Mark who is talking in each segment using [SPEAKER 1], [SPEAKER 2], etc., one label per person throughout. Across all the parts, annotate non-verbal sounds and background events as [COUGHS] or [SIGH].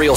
[SPEAKER 1] Serial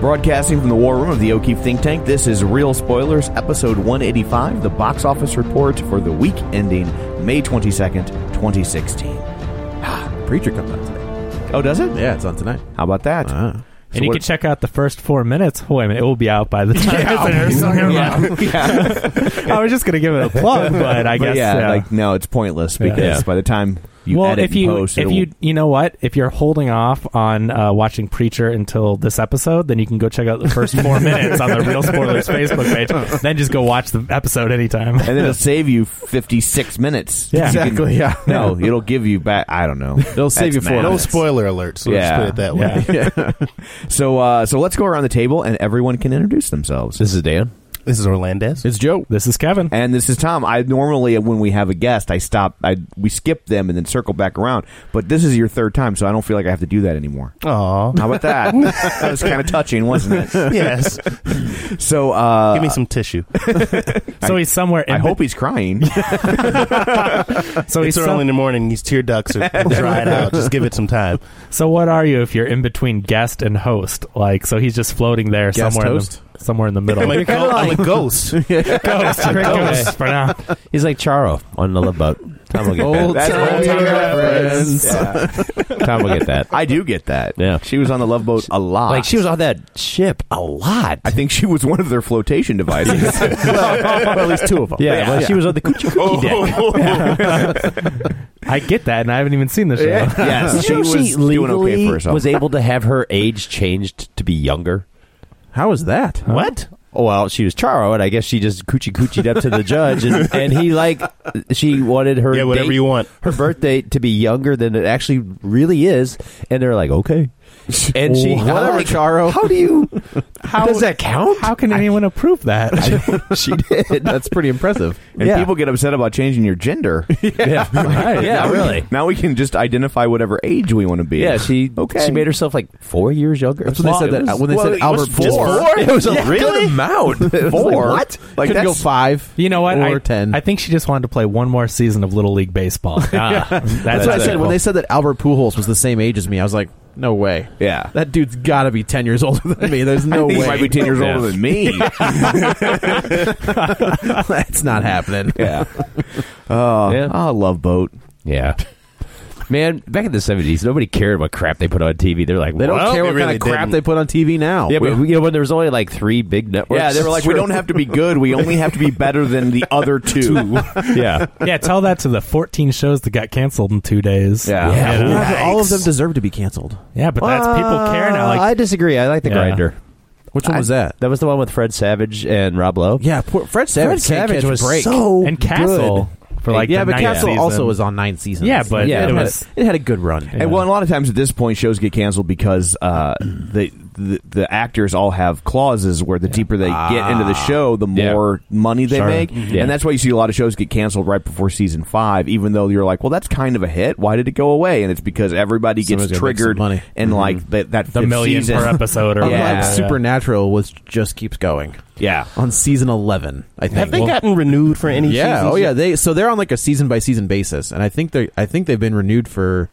[SPEAKER 2] Broadcasting from the war room of the O'Keefe Think Tank, this is Real Spoilers, episode 185, the box office report for the week ending May 22nd, 2016. Ah, Preacher comes out today. Oh, does it?
[SPEAKER 3] Yeah, it's on tonight.
[SPEAKER 2] How about that? [LAUGHS]
[SPEAKER 3] Ah.
[SPEAKER 2] So
[SPEAKER 4] And you
[SPEAKER 2] what-
[SPEAKER 4] can check out the first four minutes. Wait a minute, it will be out by the time it's aired.
[SPEAKER 2] [LAUGHS]
[SPEAKER 4] [LAUGHS] I was just going to give it a plug, but I
[SPEAKER 2] But
[SPEAKER 4] guess
[SPEAKER 2] yeah,
[SPEAKER 4] yeah.
[SPEAKER 2] like no, it's pointless because
[SPEAKER 4] Yeah.
[SPEAKER 2] by the time you
[SPEAKER 4] well,
[SPEAKER 2] edit
[SPEAKER 4] if you
[SPEAKER 2] and post,
[SPEAKER 4] if
[SPEAKER 2] it'll-
[SPEAKER 4] you you know what, if you're holding off on uh, watching Preacher until this episode, then you can go check out the first
[SPEAKER 2] [LAUGHS]
[SPEAKER 4] four minutes on the Real Spoilers Facebook page. Then just go watch the episode anytime.
[SPEAKER 2] and then it'll save you 56 minutes.
[SPEAKER 4] Yeah.
[SPEAKER 2] You can-
[SPEAKER 3] Exactly, yeah.
[SPEAKER 2] [LAUGHS] No, it'll give you back. I don't
[SPEAKER 4] [LAUGHS]
[SPEAKER 2] know.
[SPEAKER 3] They'll save you
[SPEAKER 2] That's
[SPEAKER 3] for
[SPEAKER 2] mad.
[SPEAKER 3] it.
[SPEAKER 5] No spoiler alerts. Let's
[SPEAKER 2] [LAUGHS] Yeah.
[SPEAKER 5] put it that way.
[SPEAKER 4] Yeah.
[SPEAKER 2] So, uh, so let's go around the table and everyone can introduce themselves.
[SPEAKER 3] This is Dan.
[SPEAKER 5] This is Orlandez.
[SPEAKER 3] It's Joe.
[SPEAKER 4] This is Kevin.
[SPEAKER 2] And this is Tom. I normally when we have a guest, I stop. I we skip them and then circle back around. But this is your third time, so I don't feel like I have to do that anymore.
[SPEAKER 5] Aw.
[SPEAKER 2] How about that? [LAUGHS] that was kind of touching, wasn't it?
[SPEAKER 5] yes.
[SPEAKER 2] So uh,
[SPEAKER 5] Give me some tissue.
[SPEAKER 4] so he's somewhere. In
[SPEAKER 2] I hope he's crying.
[SPEAKER 4] so. He's
[SPEAKER 5] it's
[SPEAKER 4] some-
[SPEAKER 5] early in the morning. These tear ducts are dried out. Just give it some time.
[SPEAKER 4] so what are you if you're in between guest and host? Like so, he's just floating there
[SPEAKER 3] Guest
[SPEAKER 4] somewhere.
[SPEAKER 3] host?
[SPEAKER 4] In the, somewhere in
[SPEAKER 2] [LAUGHS]
[SPEAKER 4] the middle.
[SPEAKER 5] I'm a, go- I'm a ghost.
[SPEAKER 4] ghost, you're a ghost for now.
[SPEAKER 6] [LAUGHS] He's like Charo on the love boat. Tom will get that.
[SPEAKER 2] That's
[SPEAKER 3] Old-timey
[SPEAKER 2] old-timey
[SPEAKER 3] reference.
[SPEAKER 2] Yeah.
[SPEAKER 6] Tom will get that.
[SPEAKER 2] I do get that.
[SPEAKER 6] Yeah.
[SPEAKER 2] she was on the love boat a lot.
[SPEAKER 6] Like she was on that ship a lot.
[SPEAKER 2] I think she was one of their flotation devices.
[SPEAKER 6] [LAUGHS] well, at least two of them. Yeah,
[SPEAKER 2] Yeah.
[SPEAKER 6] well, she was on
[SPEAKER 5] [LAUGHS]
[SPEAKER 6] the coochie
[SPEAKER 5] Oh.
[SPEAKER 6] cookie deck.
[SPEAKER 4] I get that, and I haven't even seen the show. [LAUGHS]
[SPEAKER 2] yes, she
[SPEAKER 6] You
[SPEAKER 2] was
[SPEAKER 6] know,
[SPEAKER 2] doing okay
[SPEAKER 6] legally
[SPEAKER 2] for herself.
[SPEAKER 6] was able to have her age changed to be younger.
[SPEAKER 3] How is that?
[SPEAKER 6] What? Well, she was Charo, and I guess she just coochie coochied up to the judge,
[SPEAKER 5] [LAUGHS]
[SPEAKER 6] and, and he like she wanted her
[SPEAKER 5] Yeah, whatever
[SPEAKER 6] date-
[SPEAKER 5] you want.
[SPEAKER 6] her birthday to be younger than it actually really is, and they're like, okay, and she I'm
[SPEAKER 3] Whatever,
[SPEAKER 6] like,
[SPEAKER 3] Charo.
[SPEAKER 6] How do you? [LAUGHS] How does that count?
[SPEAKER 4] How can anyone approve [LAUGHS] that?
[SPEAKER 6] she did.
[SPEAKER 3] That's pretty impressive.
[SPEAKER 2] and
[SPEAKER 6] yeah.
[SPEAKER 2] people get upset about changing your gender.
[SPEAKER 6] [LAUGHS] Yeah, right. yeah,
[SPEAKER 2] Now we-
[SPEAKER 6] really.
[SPEAKER 2] Now we can just identify whatever age we want to be.
[SPEAKER 6] Yeah, she
[SPEAKER 2] Okay.
[SPEAKER 6] she
[SPEAKER 2] [LAUGHS]
[SPEAKER 6] made herself like four years younger.
[SPEAKER 3] That's when they said
[SPEAKER 6] uh,
[SPEAKER 3] that. When they
[SPEAKER 2] well,
[SPEAKER 3] said
[SPEAKER 2] it was
[SPEAKER 3] Albert
[SPEAKER 2] just
[SPEAKER 6] [LAUGHS]
[SPEAKER 3] Ford,
[SPEAKER 6] It was a
[SPEAKER 3] real [LAUGHS] amount. It was
[SPEAKER 2] four.
[SPEAKER 3] like, what?
[SPEAKER 2] Like
[SPEAKER 3] Couldn't go
[SPEAKER 2] that's-
[SPEAKER 3] five.
[SPEAKER 4] You know what?
[SPEAKER 3] Or
[SPEAKER 4] I,
[SPEAKER 3] ten.
[SPEAKER 4] I think she just wanted to play one more season of Little League Baseball. Ah, that's,
[SPEAKER 3] That's what I said.
[SPEAKER 4] it.
[SPEAKER 3] When they said that Albert Pujols was the same age as me, I was like, no way.
[SPEAKER 2] Yeah.
[SPEAKER 3] That dude's got to be 10 years older than me. There's [LAUGHS] no
[SPEAKER 2] he
[SPEAKER 3] way.
[SPEAKER 2] might be ten years older than
[SPEAKER 6] [LAUGHS]
[SPEAKER 2] me.
[SPEAKER 3] That's not [LAUGHS] happening.
[SPEAKER 2] [LAUGHS] yeah. Oh,
[SPEAKER 6] Yeah.
[SPEAKER 2] oh, love boat.
[SPEAKER 6] Yeah. Man, back in the seventies, nobody cared what crap they put on TV. They're like,
[SPEAKER 3] They don't
[SPEAKER 6] "Well,
[SPEAKER 5] they
[SPEAKER 3] care what kind
[SPEAKER 5] really
[SPEAKER 3] of crap
[SPEAKER 5] didn't.
[SPEAKER 3] they put on TV now.
[SPEAKER 6] Yeah, but you know when there was only like three big networks.
[SPEAKER 2] Yeah, they were like, we don't have to be good. We only have to be better than the
[SPEAKER 6] [LAUGHS]
[SPEAKER 2] other two.
[SPEAKER 6] yeah,
[SPEAKER 4] [LAUGHS] yeah, tell that to the 14 shows that got canceled in two days.
[SPEAKER 2] Yeah. Uh,
[SPEAKER 3] Yeah,
[SPEAKER 4] You know?
[SPEAKER 3] but all of them deserve to be canceled.
[SPEAKER 4] Yeah, but that's people care now.
[SPEAKER 6] Uh, I
[SPEAKER 4] Like,
[SPEAKER 6] disagree. I like the
[SPEAKER 4] Yeah.
[SPEAKER 6] grinder.
[SPEAKER 3] Which one was that?
[SPEAKER 6] That was the one with Fred Savage and Rob Lowe.
[SPEAKER 3] Yeah, poor,
[SPEAKER 6] Fred
[SPEAKER 3] Fred Savage. can't
[SPEAKER 6] Savage
[SPEAKER 3] catch a
[SPEAKER 6] was
[SPEAKER 3] break.
[SPEAKER 6] so
[SPEAKER 4] and Castle for like
[SPEAKER 3] yeah,
[SPEAKER 4] the
[SPEAKER 3] but
[SPEAKER 4] ninth
[SPEAKER 3] Castle
[SPEAKER 4] season.
[SPEAKER 3] also was on nine seasons.
[SPEAKER 4] Yeah, but
[SPEAKER 6] Yeah,
[SPEAKER 3] it,
[SPEAKER 4] it
[SPEAKER 3] had
[SPEAKER 4] was.
[SPEAKER 3] a, it had a good run.
[SPEAKER 2] And well, and a lot of times at this point, shows get canceled because uh, the, the the actors all have clauses where the deeper they get into the show, the
[SPEAKER 6] Yeah.
[SPEAKER 2] more money they
[SPEAKER 6] Sure.
[SPEAKER 2] make,
[SPEAKER 6] Yeah.
[SPEAKER 2] and that's why you see a lot of shows get canceled right before season five. Even though you're like, well, that's kind of a hit. Why did it go away? And it's because everybody gets
[SPEAKER 3] Somebody's gonna make some
[SPEAKER 2] triggered
[SPEAKER 3] money.
[SPEAKER 2] and like that that
[SPEAKER 4] the
[SPEAKER 2] fifth
[SPEAKER 4] million
[SPEAKER 2] season.
[SPEAKER 4] per episode
[SPEAKER 2] Unlike
[SPEAKER 4] or
[SPEAKER 3] [LAUGHS] Unlike
[SPEAKER 4] whatever.
[SPEAKER 2] yeah.
[SPEAKER 3] Supernatural, which just keeps going
[SPEAKER 2] [LAUGHS] Yeah,
[SPEAKER 3] on season eleven. I think.
[SPEAKER 5] Have they gotten renewed for any
[SPEAKER 3] yeah.
[SPEAKER 5] seasons
[SPEAKER 3] Oh
[SPEAKER 5] yet?
[SPEAKER 3] yeah. They so they're on like a season by season basis, and I think they I think they've been renewed for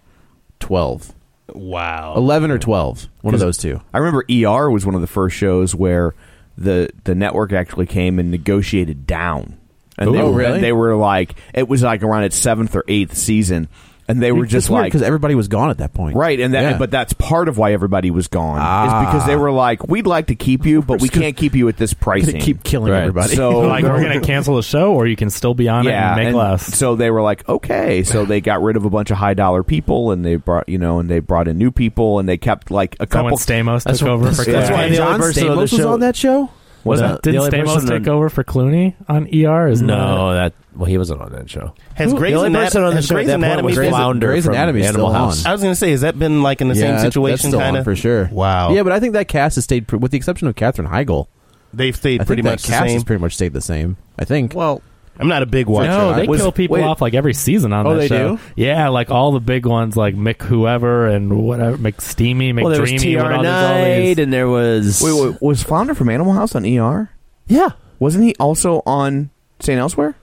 [SPEAKER 3] twelve.
[SPEAKER 4] Wow.
[SPEAKER 3] Eleven or twelve. One of those two.
[SPEAKER 2] I remember ER was one of the first shows where the the network actually came and negotiated down. And they
[SPEAKER 3] Ooh.
[SPEAKER 2] were,
[SPEAKER 3] Oh, Really?
[SPEAKER 2] They were like it was like around its seventh or eighth season, and they were just like
[SPEAKER 3] because everybody was gone at that point,
[SPEAKER 2] right. And that,
[SPEAKER 3] e Yeah.
[SPEAKER 2] but that's part of why everybody was gone
[SPEAKER 3] Ah.
[SPEAKER 2] is because they were like, we'd like to keep you, but we can't keep you at this
[SPEAKER 3] Gonna
[SPEAKER 2] pricing.
[SPEAKER 3] keep killing
[SPEAKER 6] Right.
[SPEAKER 3] everybody.
[SPEAKER 2] so
[SPEAKER 4] [LAUGHS]
[SPEAKER 3] [LAUGHS]
[SPEAKER 4] like, we're going to cancel the show, or you can still be on
[SPEAKER 2] yeah,
[SPEAKER 4] it and make
[SPEAKER 2] and
[SPEAKER 4] less.
[SPEAKER 2] so they were like, okay. So they got rid of a bunch of high dollar people, and they brought you know, and they brought in new people, and they kept like a
[SPEAKER 4] So when
[SPEAKER 2] couple.
[SPEAKER 4] Stamos took over for
[SPEAKER 2] that's why
[SPEAKER 4] Clooney.
[SPEAKER 2] the
[SPEAKER 6] only
[SPEAKER 3] John
[SPEAKER 6] person on
[SPEAKER 3] Stamos
[SPEAKER 6] the
[SPEAKER 3] was
[SPEAKER 6] show-
[SPEAKER 3] on that show.
[SPEAKER 2] Was
[SPEAKER 6] No.
[SPEAKER 2] it?
[SPEAKER 6] The
[SPEAKER 4] Didn't
[SPEAKER 6] only
[SPEAKER 4] Stamos
[SPEAKER 6] person
[SPEAKER 4] take
[SPEAKER 6] on-
[SPEAKER 4] over for Clooney on ER? Isn't
[SPEAKER 6] No, that well, he wasn't on that show.
[SPEAKER 5] Has Grey's,
[SPEAKER 6] the only
[SPEAKER 5] Anat-
[SPEAKER 6] person on the
[SPEAKER 5] has
[SPEAKER 6] show
[SPEAKER 5] Grey's
[SPEAKER 6] at that point
[SPEAKER 5] Anatomy
[SPEAKER 6] was
[SPEAKER 5] been-
[SPEAKER 6] Flounder
[SPEAKER 3] Grey's
[SPEAKER 6] from
[SPEAKER 3] Anatomy is
[SPEAKER 6] Animal
[SPEAKER 3] still
[SPEAKER 6] House.
[SPEAKER 3] on.
[SPEAKER 5] I was going to say, has that been like in the
[SPEAKER 3] yeah,
[SPEAKER 5] same
[SPEAKER 3] that's-
[SPEAKER 5] situation
[SPEAKER 3] that's still
[SPEAKER 5] kind
[SPEAKER 3] on
[SPEAKER 5] of?
[SPEAKER 3] for sure.
[SPEAKER 5] Wow.
[SPEAKER 3] Yeah, but I think that cast has stayed, pr- with the exception of Katherine Heigl.
[SPEAKER 5] They've stayed
[SPEAKER 3] I
[SPEAKER 5] pretty
[SPEAKER 3] think
[SPEAKER 5] much
[SPEAKER 3] that
[SPEAKER 5] the
[SPEAKER 3] cast
[SPEAKER 5] same.
[SPEAKER 3] has pretty much stayed the same. I think.
[SPEAKER 5] well, I'm not a big watcher.
[SPEAKER 4] No,
[SPEAKER 5] I
[SPEAKER 4] they
[SPEAKER 5] was-
[SPEAKER 4] kill people
[SPEAKER 3] wait.
[SPEAKER 4] off like every season on
[SPEAKER 3] Oh,
[SPEAKER 4] that
[SPEAKER 3] they
[SPEAKER 4] show.
[SPEAKER 3] do?
[SPEAKER 4] Yeah, like all the big ones, like Mick whoever and whatever, McSteamy, McDreamy.
[SPEAKER 6] [LAUGHS] well, there was
[SPEAKER 4] and all
[SPEAKER 6] TR
[SPEAKER 4] these- all
[SPEAKER 6] Knight,
[SPEAKER 4] these-
[SPEAKER 6] and there was
[SPEAKER 3] Wait, wait, was Flounder from Animal House on ER?
[SPEAKER 6] yeah.
[SPEAKER 3] Wasn't he also on St. Elsewhere?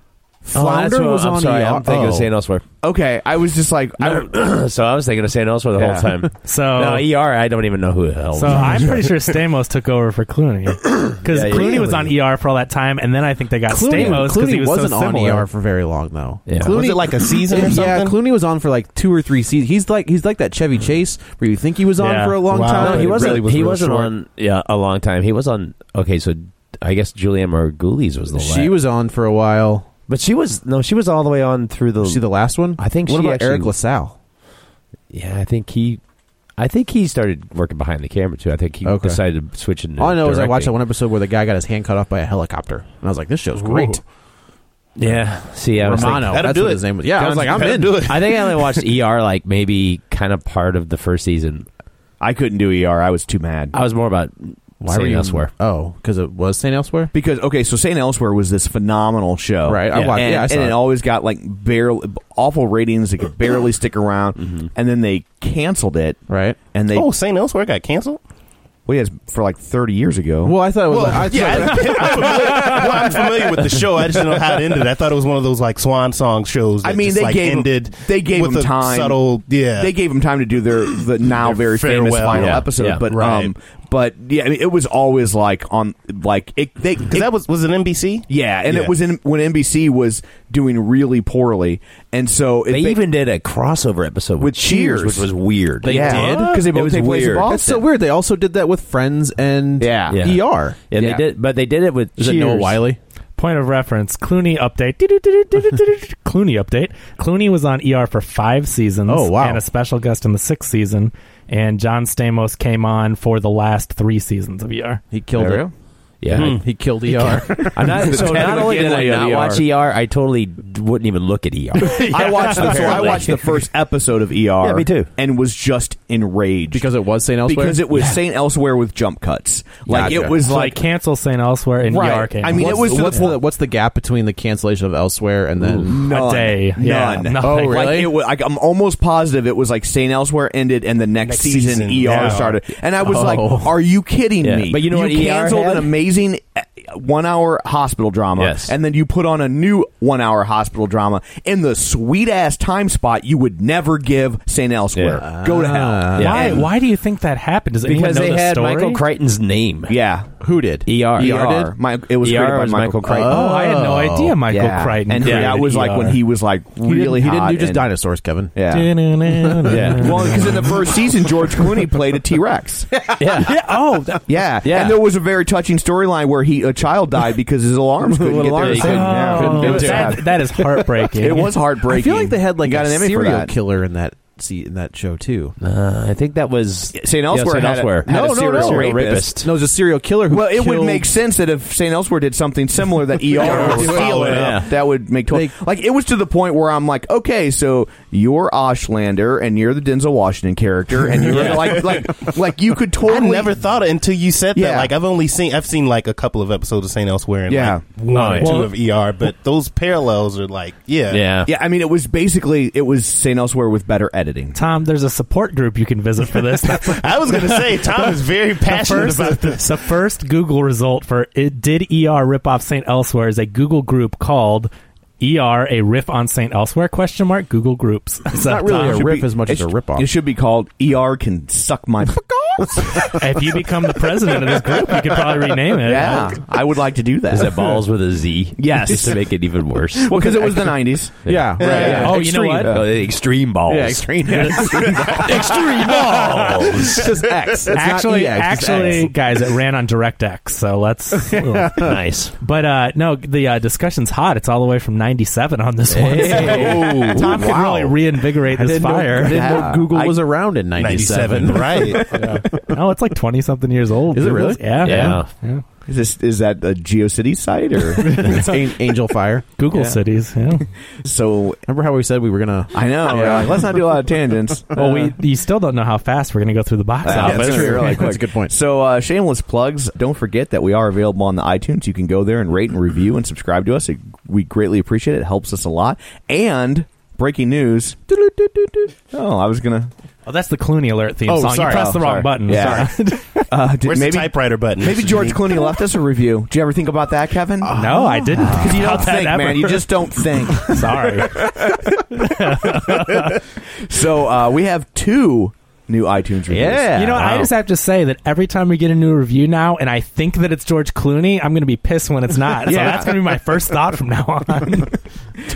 [SPEAKER 6] Flounder was I'm
[SPEAKER 3] on
[SPEAKER 6] sorry,
[SPEAKER 3] ER.
[SPEAKER 6] I'm thinking of
[SPEAKER 3] Oh.
[SPEAKER 6] St. Elsewhere.
[SPEAKER 3] Okay, I was just like, I,
[SPEAKER 6] so I was thinking of St. Elsewhere the
[SPEAKER 3] Yeah.
[SPEAKER 6] whole
[SPEAKER 3] [LAUGHS]
[SPEAKER 6] time.
[SPEAKER 4] So
[SPEAKER 6] no, ER, I don't even know who the hell. [LAUGHS]
[SPEAKER 4] So I'm pretty sure Stamos took over for Clooney [CLEARS THROAT] because
[SPEAKER 6] Yeah, yeah,
[SPEAKER 4] Clooney was on ER for all that time, and then I think they got Stamos because he was
[SPEAKER 3] wasn't
[SPEAKER 4] so similar.
[SPEAKER 3] on ER for very long though.
[SPEAKER 6] Yeah.
[SPEAKER 5] was it like a season
[SPEAKER 4] [LAUGHS]
[SPEAKER 5] or something?
[SPEAKER 3] Yeah, Clooney was on for like two or three seasons. He's like he's like that Chevy Chase where you think he was on
[SPEAKER 4] Yeah.
[SPEAKER 3] for a long
[SPEAKER 5] Wow.
[SPEAKER 3] time.
[SPEAKER 5] No,
[SPEAKER 3] but
[SPEAKER 6] he
[SPEAKER 3] it
[SPEAKER 6] wasn't.
[SPEAKER 3] really was
[SPEAKER 6] he
[SPEAKER 3] real
[SPEAKER 6] wasn't
[SPEAKER 3] short.
[SPEAKER 6] on yeah a long time. He was on. Okay, so I guess Julianne Margulies was the
[SPEAKER 3] She
[SPEAKER 6] last-
[SPEAKER 3] was on for a while.
[SPEAKER 6] but she was no, she was all the way on through the.
[SPEAKER 3] Was she the last one?
[SPEAKER 6] I think
[SPEAKER 3] What
[SPEAKER 6] she
[SPEAKER 3] about
[SPEAKER 6] actually-
[SPEAKER 3] Eric LaSalle?
[SPEAKER 6] yeah, I think he, I think he started working behind the camera too. I think he
[SPEAKER 3] Okay.
[SPEAKER 6] decided to switch into.
[SPEAKER 3] All I know is I watched
[SPEAKER 6] directing.
[SPEAKER 3] that one episode where the guy got his hand cut off by a helicopter, and I was like, "This show's great."
[SPEAKER 6] Yeah, see, I was like-
[SPEAKER 3] Romano,
[SPEAKER 5] that'll
[SPEAKER 3] that's
[SPEAKER 5] do
[SPEAKER 3] what
[SPEAKER 5] it.
[SPEAKER 3] his name was. Yeah, I was like, "I'm
[SPEAKER 5] That'll
[SPEAKER 3] in."
[SPEAKER 5] do it.
[SPEAKER 6] I think I only watched ER like maybe kind of part of the first season.
[SPEAKER 2] I couldn't do ER. I was too mad.
[SPEAKER 6] I was more about why were you elsewhere.
[SPEAKER 3] Oh, because it was St. Elsewhere.
[SPEAKER 2] because okay, so St. Elsewhere was this phenomenal show,
[SPEAKER 3] Right, I
[SPEAKER 2] And,
[SPEAKER 3] watched- yeah, I saw
[SPEAKER 2] and
[SPEAKER 3] it.
[SPEAKER 2] it always got like barely awful ratings. They could barely stick around, and then they canceled it.
[SPEAKER 3] Mm-hmm. Right.
[SPEAKER 2] And they
[SPEAKER 5] oh, St. Elsewhere got canceled.
[SPEAKER 2] well, yes, for like thirty years ago.
[SPEAKER 3] Well, I thought it was. I thought-
[SPEAKER 5] Yeah, [LAUGHS] I'm familiar, well, I'm familiar with the show. I just didn't know how it ended. I thought it was one of those like swan song shows. That
[SPEAKER 2] I mean,
[SPEAKER 5] just,
[SPEAKER 2] they
[SPEAKER 5] like,
[SPEAKER 2] gave 'em-
[SPEAKER 5] ended.
[SPEAKER 2] they gave
[SPEAKER 5] with
[SPEAKER 2] 'em
[SPEAKER 5] a
[SPEAKER 2] time.
[SPEAKER 5] Subtle, yeah.
[SPEAKER 2] they gave him time to do their the now
[SPEAKER 5] Their
[SPEAKER 2] very famous
[SPEAKER 5] farewell.
[SPEAKER 2] final
[SPEAKER 6] Yeah,
[SPEAKER 2] episode,
[SPEAKER 6] yeah.
[SPEAKER 2] but
[SPEAKER 5] Right.
[SPEAKER 2] um, but yeah, I mean, it was always like on like it. They,
[SPEAKER 5] because
[SPEAKER 2] it-
[SPEAKER 5] that was was it NBC?
[SPEAKER 2] yeah, and
[SPEAKER 5] Yeah.
[SPEAKER 2] it was in when NBC was doing really poorly, and so it,
[SPEAKER 6] They even did a crossover episode with,
[SPEAKER 2] With
[SPEAKER 6] Cheers,
[SPEAKER 2] Cheers.
[SPEAKER 6] which was weird.
[SPEAKER 2] They did? 'Cause they
[SPEAKER 6] It
[SPEAKER 2] both
[SPEAKER 6] was
[SPEAKER 2] take place in
[SPEAKER 6] weird.
[SPEAKER 2] Boston.
[SPEAKER 3] That's so weird. They also did that with Friends and
[SPEAKER 2] Yeah. Yeah.
[SPEAKER 3] ER.
[SPEAKER 6] And they did, but they did it with
[SPEAKER 3] Is it
[SPEAKER 6] Cheers.
[SPEAKER 3] Noah Wiley?
[SPEAKER 4] Point of reference: Clooney update. Clooney update. Clooney was on ER for five seasons.
[SPEAKER 3] Oh, wow.
[SPEAKER 4] And a special guest in the sixth season, and John Stamos came on for the last three seasons of ER.
[SPEAKER 3] He killed
[SPEAKER 2] There
[SPEAKER 3] it.
[SPEAKER 6] Yeah,
[SPEAKER 3] He killed ER.
[SPEAKER 6] I'm not, so not only did I
[SPEAKER 3] McGinley
[SPEAKER 6] not
[SPEAKER 3] of ER.
[SPEAKER 6] watch ER, I totally d- wouldn't even look at ER.
[SPEAKER 2] [LAUGHS] I watched the so I
[SPEAKER 6] Apparently.
[SPEAKER 2] watched the first episode of ER.
[SPEAKER 6] Yeah, me too.
[SPEAKER 2] And was just enraged
[SPEAKER 3] [LAUGHS] because it was St. Elsewhere.
[SPEAKER 2] because it was Saint Elsewhere with jump cuts. Like
[SPEAKER 3] Gotcha.
[SPEAKER 2] it was
[SPEAKER 4] So
[SPEAKER 2] like
[SPEAKER 4] they cancel St. Elsewhere, and
[SPEAKER 2] Right.
[SPEAKER 4] ER came.
[SPEAKER 2] I
[SPEAKER 4] on.
[SPEAKER 2] mean, it
[SPEAKER 3] what's,
[SPEAKER 2] was to the
[SPEAKER 3] what's
[SPEAKER 2] point-
[SPEAKER 3] the what's the gap between the cancellation of Elsewhere and then
[SPEAKER 4] a day. Yeah,
[SPEAKER 2] None.
[SPEAKER 4] nothing.
[SPEAKER 3] Oh, really?
[SPEAKER 2] Like it was, like, I'm almost positive it was like St. Elsewhere ended and the next,
[SPEAKER 5] Next
[SPEAKER 2] season, ER
[SPEAKER 5] season, yeah.
[SPEAKER 2] started. And I was like,
[SPEAKER 3] Oh.
[SPEAKER 2] are you kidding
[SPEAKER 6] Yeah.
[SPEAKER 2] me?
[SPEAKER 6] But you know what ER
[SPEAKER 2] canceled
[SPEAKER 6] had?
[SPEAKER 2] an amazing one hour hospital drama
[SPEAKER 6] Yes.
[SPEAKER 2] and then you put on a new one hour hospital drama in the sweet ass time spot you would never give St. Elsewhere.
[SPEAKER 3] Yeah.
[SPEAKER 2] Go to hell.
[SPEAKER 3] Ah.
[SPEAKER 6] Yeah.
[SPEAKER 4] Why?
[SPEAKER 6] And-
[SPEAKER 4] Why do you think that happened? Does anyone
[SPEAKER 6] because
[SPEAKER 4] know
[SPEAKER 6] they
[SPEAKER 4] the
[SPEAKER 6] had
[SPEAKER 4] story?
[SPEAKER 6] Michael Crichton's name.
[SPEAKER 2] Yeah.
[SPEAKER 3] who E did?
[SPEAKER 6] ER.
[SPEAKER 2] ER. Mi- it was
[SPEAKER 6] ER
[SPEAKER 2] created by Michael
[SPEAKER 6] was Michael Crichton.
[SPEAKER 4] Oh, I had no idea Michael
[SPEAKER 2] yeah.
[SPEAKER 4] Crichton.
[SPEAKER 2] And
[SPEAKER 4] created
[SPEAKER 2] that was like
[SPEAKER 4] ER.
[SPEAKER 2] when he was like
[SPEAKER 3] He didn't-
[SPEAKER 2] really
[SPEAKER 3] he didn't
[SPEAKER 2] hot
[SPEAKER 3] do just
[SPEAKER 2] and-
[SPEAKER 3] dinosaurs, Kevin.
[SPEAKER 2] Yeah.
[SPEAKER 4] yeah.
[SPEAKER 2] [LAUGHS] Well, because in the first season, George Clooney played a T Rex.
[SPEAKER 4] yeah. Oh,
[SPEAKER 3] [LAUGHS]
[SPEAKER 4] that,
[SPEAKER 2] [LAUGHS] Yeah.
[SPEAKER 6] Yeah.
[SPEAKER 2] And there was a very touching storyline where he a child died because his alarms couldn't get
[SPEAKER 3] Alarms.
[SPEAKER 2] there. He couldn't-
[SPEAKER 3] Oh.
[SPEAKER 2] yeah, couldn't do
[SPEAKER 4] Oh,
[SPEAKER 2] it.
[SPEAKER 4] that- that is heartbreaking.
[SPEAKER 2] It was heartbreaking.
[SPEAKER 3] I feel like they had like
[SPEAKER 2] He got
[SPEAKER 3] a
[SPEAKER 2] an Emmy for
[SPEAKER 3] serial
[SPEAKER 2] that.
[SPEAKER 3] killer in that see in that show too.
[SPEAKER 6] Uh, I think that was
[SPEAKER 2] St. Elsewhere
[SPEAKER 6] Yeah,
[SPEAKER 2] had
[SPEAKER 6] St.
[SPEAKER 2] a-
[SPEAKER 6] Elsewhere.
[SPEAKER 2] had a serial rapist.
[SPEAKER 6] rapist.
[SPEAKER 3] No, it was a serial killer. Who
[SPEAKER 2] Well, it would
[SPEAKER 3] killed-
[SPEAKER 2] make sense that if St. Elsewhere did something similar, that ER would
[SPEAKER 5] Yeah.
[SPEAKER 2] steal it.
[SPEAKER 6] Yeah.
[SPEAKER 2] That would make total.
[SPEAKER 3] They-
[SPEAKER 2] like it was to the point where I'm like, okay, so you're Oshlander and you're the Denzel Washington character, and you're like, like, like you
[SPEAKER 3] [LAUGHS]
[SPEAKER 2] could
[SPEAKER 5] I
[SPEAKER 2] totally
[SPEAKER 5] never thought it until you said that.
[SPEAKER 2] Yeah.
[SPEAKER 5] Like I've only seen I've seen like a couple of episodes of St. Elsewhere and
[SPEAKER 2] Yeah.
[SPEAKER 5] like one
[SPEAKER 6] Oh,
[SPEAKER 5] or
[SPEAKER 6] yeah.
[SPEAKER 5] two
[SPEAKER 4] Well-
[SPEAKER 5] of ER, but those parallels are like yeah.
[SPEAKER 6] yeah.
[SPEAKER 2] Yeah, I mean, it was basically it was St. Elsewhere with better editing.
[SPEAKER 4] Tom, there's a support group you can visit
[SPEAKER 2] [LAUGHS]
[SPEAKER 4] for this. The
[SPEAKER 5] I was gonna say Tom is very passionate
[SPEAKER 4] first,
[SPEAKER 5] about this.
[SPEAKER 4] the first Google result for it did ER rip off Saint Elsewhere is a Google group called ER a riff on Saint Elsewhere question mark Google groups. So,
[SPEAKER 3] not really
[SPEAKER 4] Tom,
[SPEAKER 3] a
[SPEAKER 2] Should
[SPEAKER 3] riff as much
[SPEAKER 2] it
[SPEAKER 3] as a
[SPEAKER 2] sh-
[SPEAKER 3] ripoff.
[SPEAKER 2] It should be called ER can suck
[SPEAKER 3] [LAUGHS]
[SPEAKER 2] my.
[SPEAKER 4] if you become the president of this group, you could probably rename it.
[SPEAKER 2] yeah, I would like to do that. [LAUGHS]
[SPEAKER 6] Is that balls with a Z?
[SPEAKER 2] Yes.
[SPEAKER 6] just to make it even worse.
[SPEAKER 2] Well, because it was the '90s.
[SPEAKER 3] [LAUGHS] yeah, right.
[SPEAKER 5] Yeah.
[SPEAKER 3] yeah.
[SPEAKER 4] Oh, you know what?
[SPEAKER 6] Oh, the extreme balls.
[SPEAKER 3] Yeah, extreme.
[SPEAKER 6] [LAUGHS] Extreme balls.
[SPEAKER 3] It's just X.
[SPEAKER 6] [LAUGHS]
[SPEAKER 3] It's not
[SPEAKER 4] actually,
[SPEAKER 3] EX, it's
[SPEAKER 4] actually,
[SPEAKER 3] X.
[SPEAKER 4] guys, it ran on DirectX, so let's.
[SPEAKER 3] [LAUGHS]
[SPEAKER 6] nice.
[SPEAKER 4] But uh, no, the uh, discussion's hot. It's all the way from '97 on this one.
[SPEAKER 3] Hey. Oh,
[SPEAKER 4] Tom can
[SPEAKER 3] Wow.
[SPEAKER 4] really reinvigorate
[SPEAKER 3] I
[SPEAKER 4] this
[SPEAKER 3] didn't know,
[SPEAKER 4] fire.
[SPEAKER 3] didn't know
[SPEAKER 2] Yeah.
[SPEAKER 3] Google
[SPEAKER 2] I-
[SPEAKER 3] was around in 97.
[SPEAKER 5] [LAUGHS] right?
[SPEAKER 2] [LAUGHS]
[SPEAKER 4] no, it's like twenty something years old.
[SPEAKER 3] Is it
[SPEAKER 4] Google's-
[SPEAKER 3] really?
[SPEAKER 4] Yeah,
[SPEAKER 6] Yeah.
[SPEAKER 4] man.
[SPEAKER 2] Is, this, is that a GeoCity site or?
[SPEAKER 3] [LAUGHS] [LAUGHS] It's An- Angel Fire.
[SPEAKER 4] Google
[SPEAKER 3] Yeah.
[SPEAKER 4] cities. [LAUGHS] Yeah.
[SPEAKER 2] so
[SPEAKER 3] Remember how we said we were gonna?
[SPEAKER 2] I know. we're like, Let's not do a lot of
[SPEAKER 3] [LAUGHS]
[SPEAKER 2] tangents.
[SPEAKER 4] well, we you still don't know how fast we're going to go through the box
[SPEAKER 2] Yeah,
[SPEAKER 4] office.
[SPEAKER 2] that's true. Really
[SPEAKER 3] Oh, That's a
[SPEAKER 2] quick.
[SPEAKER 3] good point.
[SPEAKER 2] So, uh, shameless plugs. Don't forget that we are available on the iTunes. You can go there and rate and review and subscribe to us. It, we greatly appreciate it. It helps us a lot. And breaking news. Oh, I was gonna.
[SPEAKER 4] Oh, that's the Clooney alert theme
[SPEAKER 2] Oh,
[SPEAKER 4] song.
[SPEAKER 2] sorry.
[SPEAKER 4] You pressed
[SPEAKER 2] Oh,
[SPEAKER 4] the wrong
[SPEAKER 2] sorry.
[SPEAKER 4] button.
[SPEAKER 2] Yeah.
[SPEAKER 4] Sorry. [LAUGHS]
[SPEAKER 2] Uh, did,
[SPEAKER 5] Where's
[SPEAKER 2] maybe
[SPEAKER 5] the typewriter button?
[SPEAKER 2] maybe George [LAUGHS] Clooney left us a review. Do you ever think about that, Kevin?
[SPEAKER 4] no, I didn't. [LAUGHS]
[SPEAKER 2] Because you don't
[SPEAKER 4] How'd that
[SPEAKER 2] Uh, think, Ah, man.
[SPEAKER 4] ever- [LAUGHS]
[SPEAKER 2] You just [LAUGHS] don't think.
[SPEAKER 4] sorry.
[SPEAKER 2] so uh, we have two new iTunes reviews.
[SPEAKER 4] Yeah. You know, I
[SPEAKER 2] Wow.
[SPEAKER 4] just have to say that every time we get a new review now, and I think that it's George Clooney, I'm going to be pissed when it's not. So that's going to be my first thought from now [LAUGHS] on.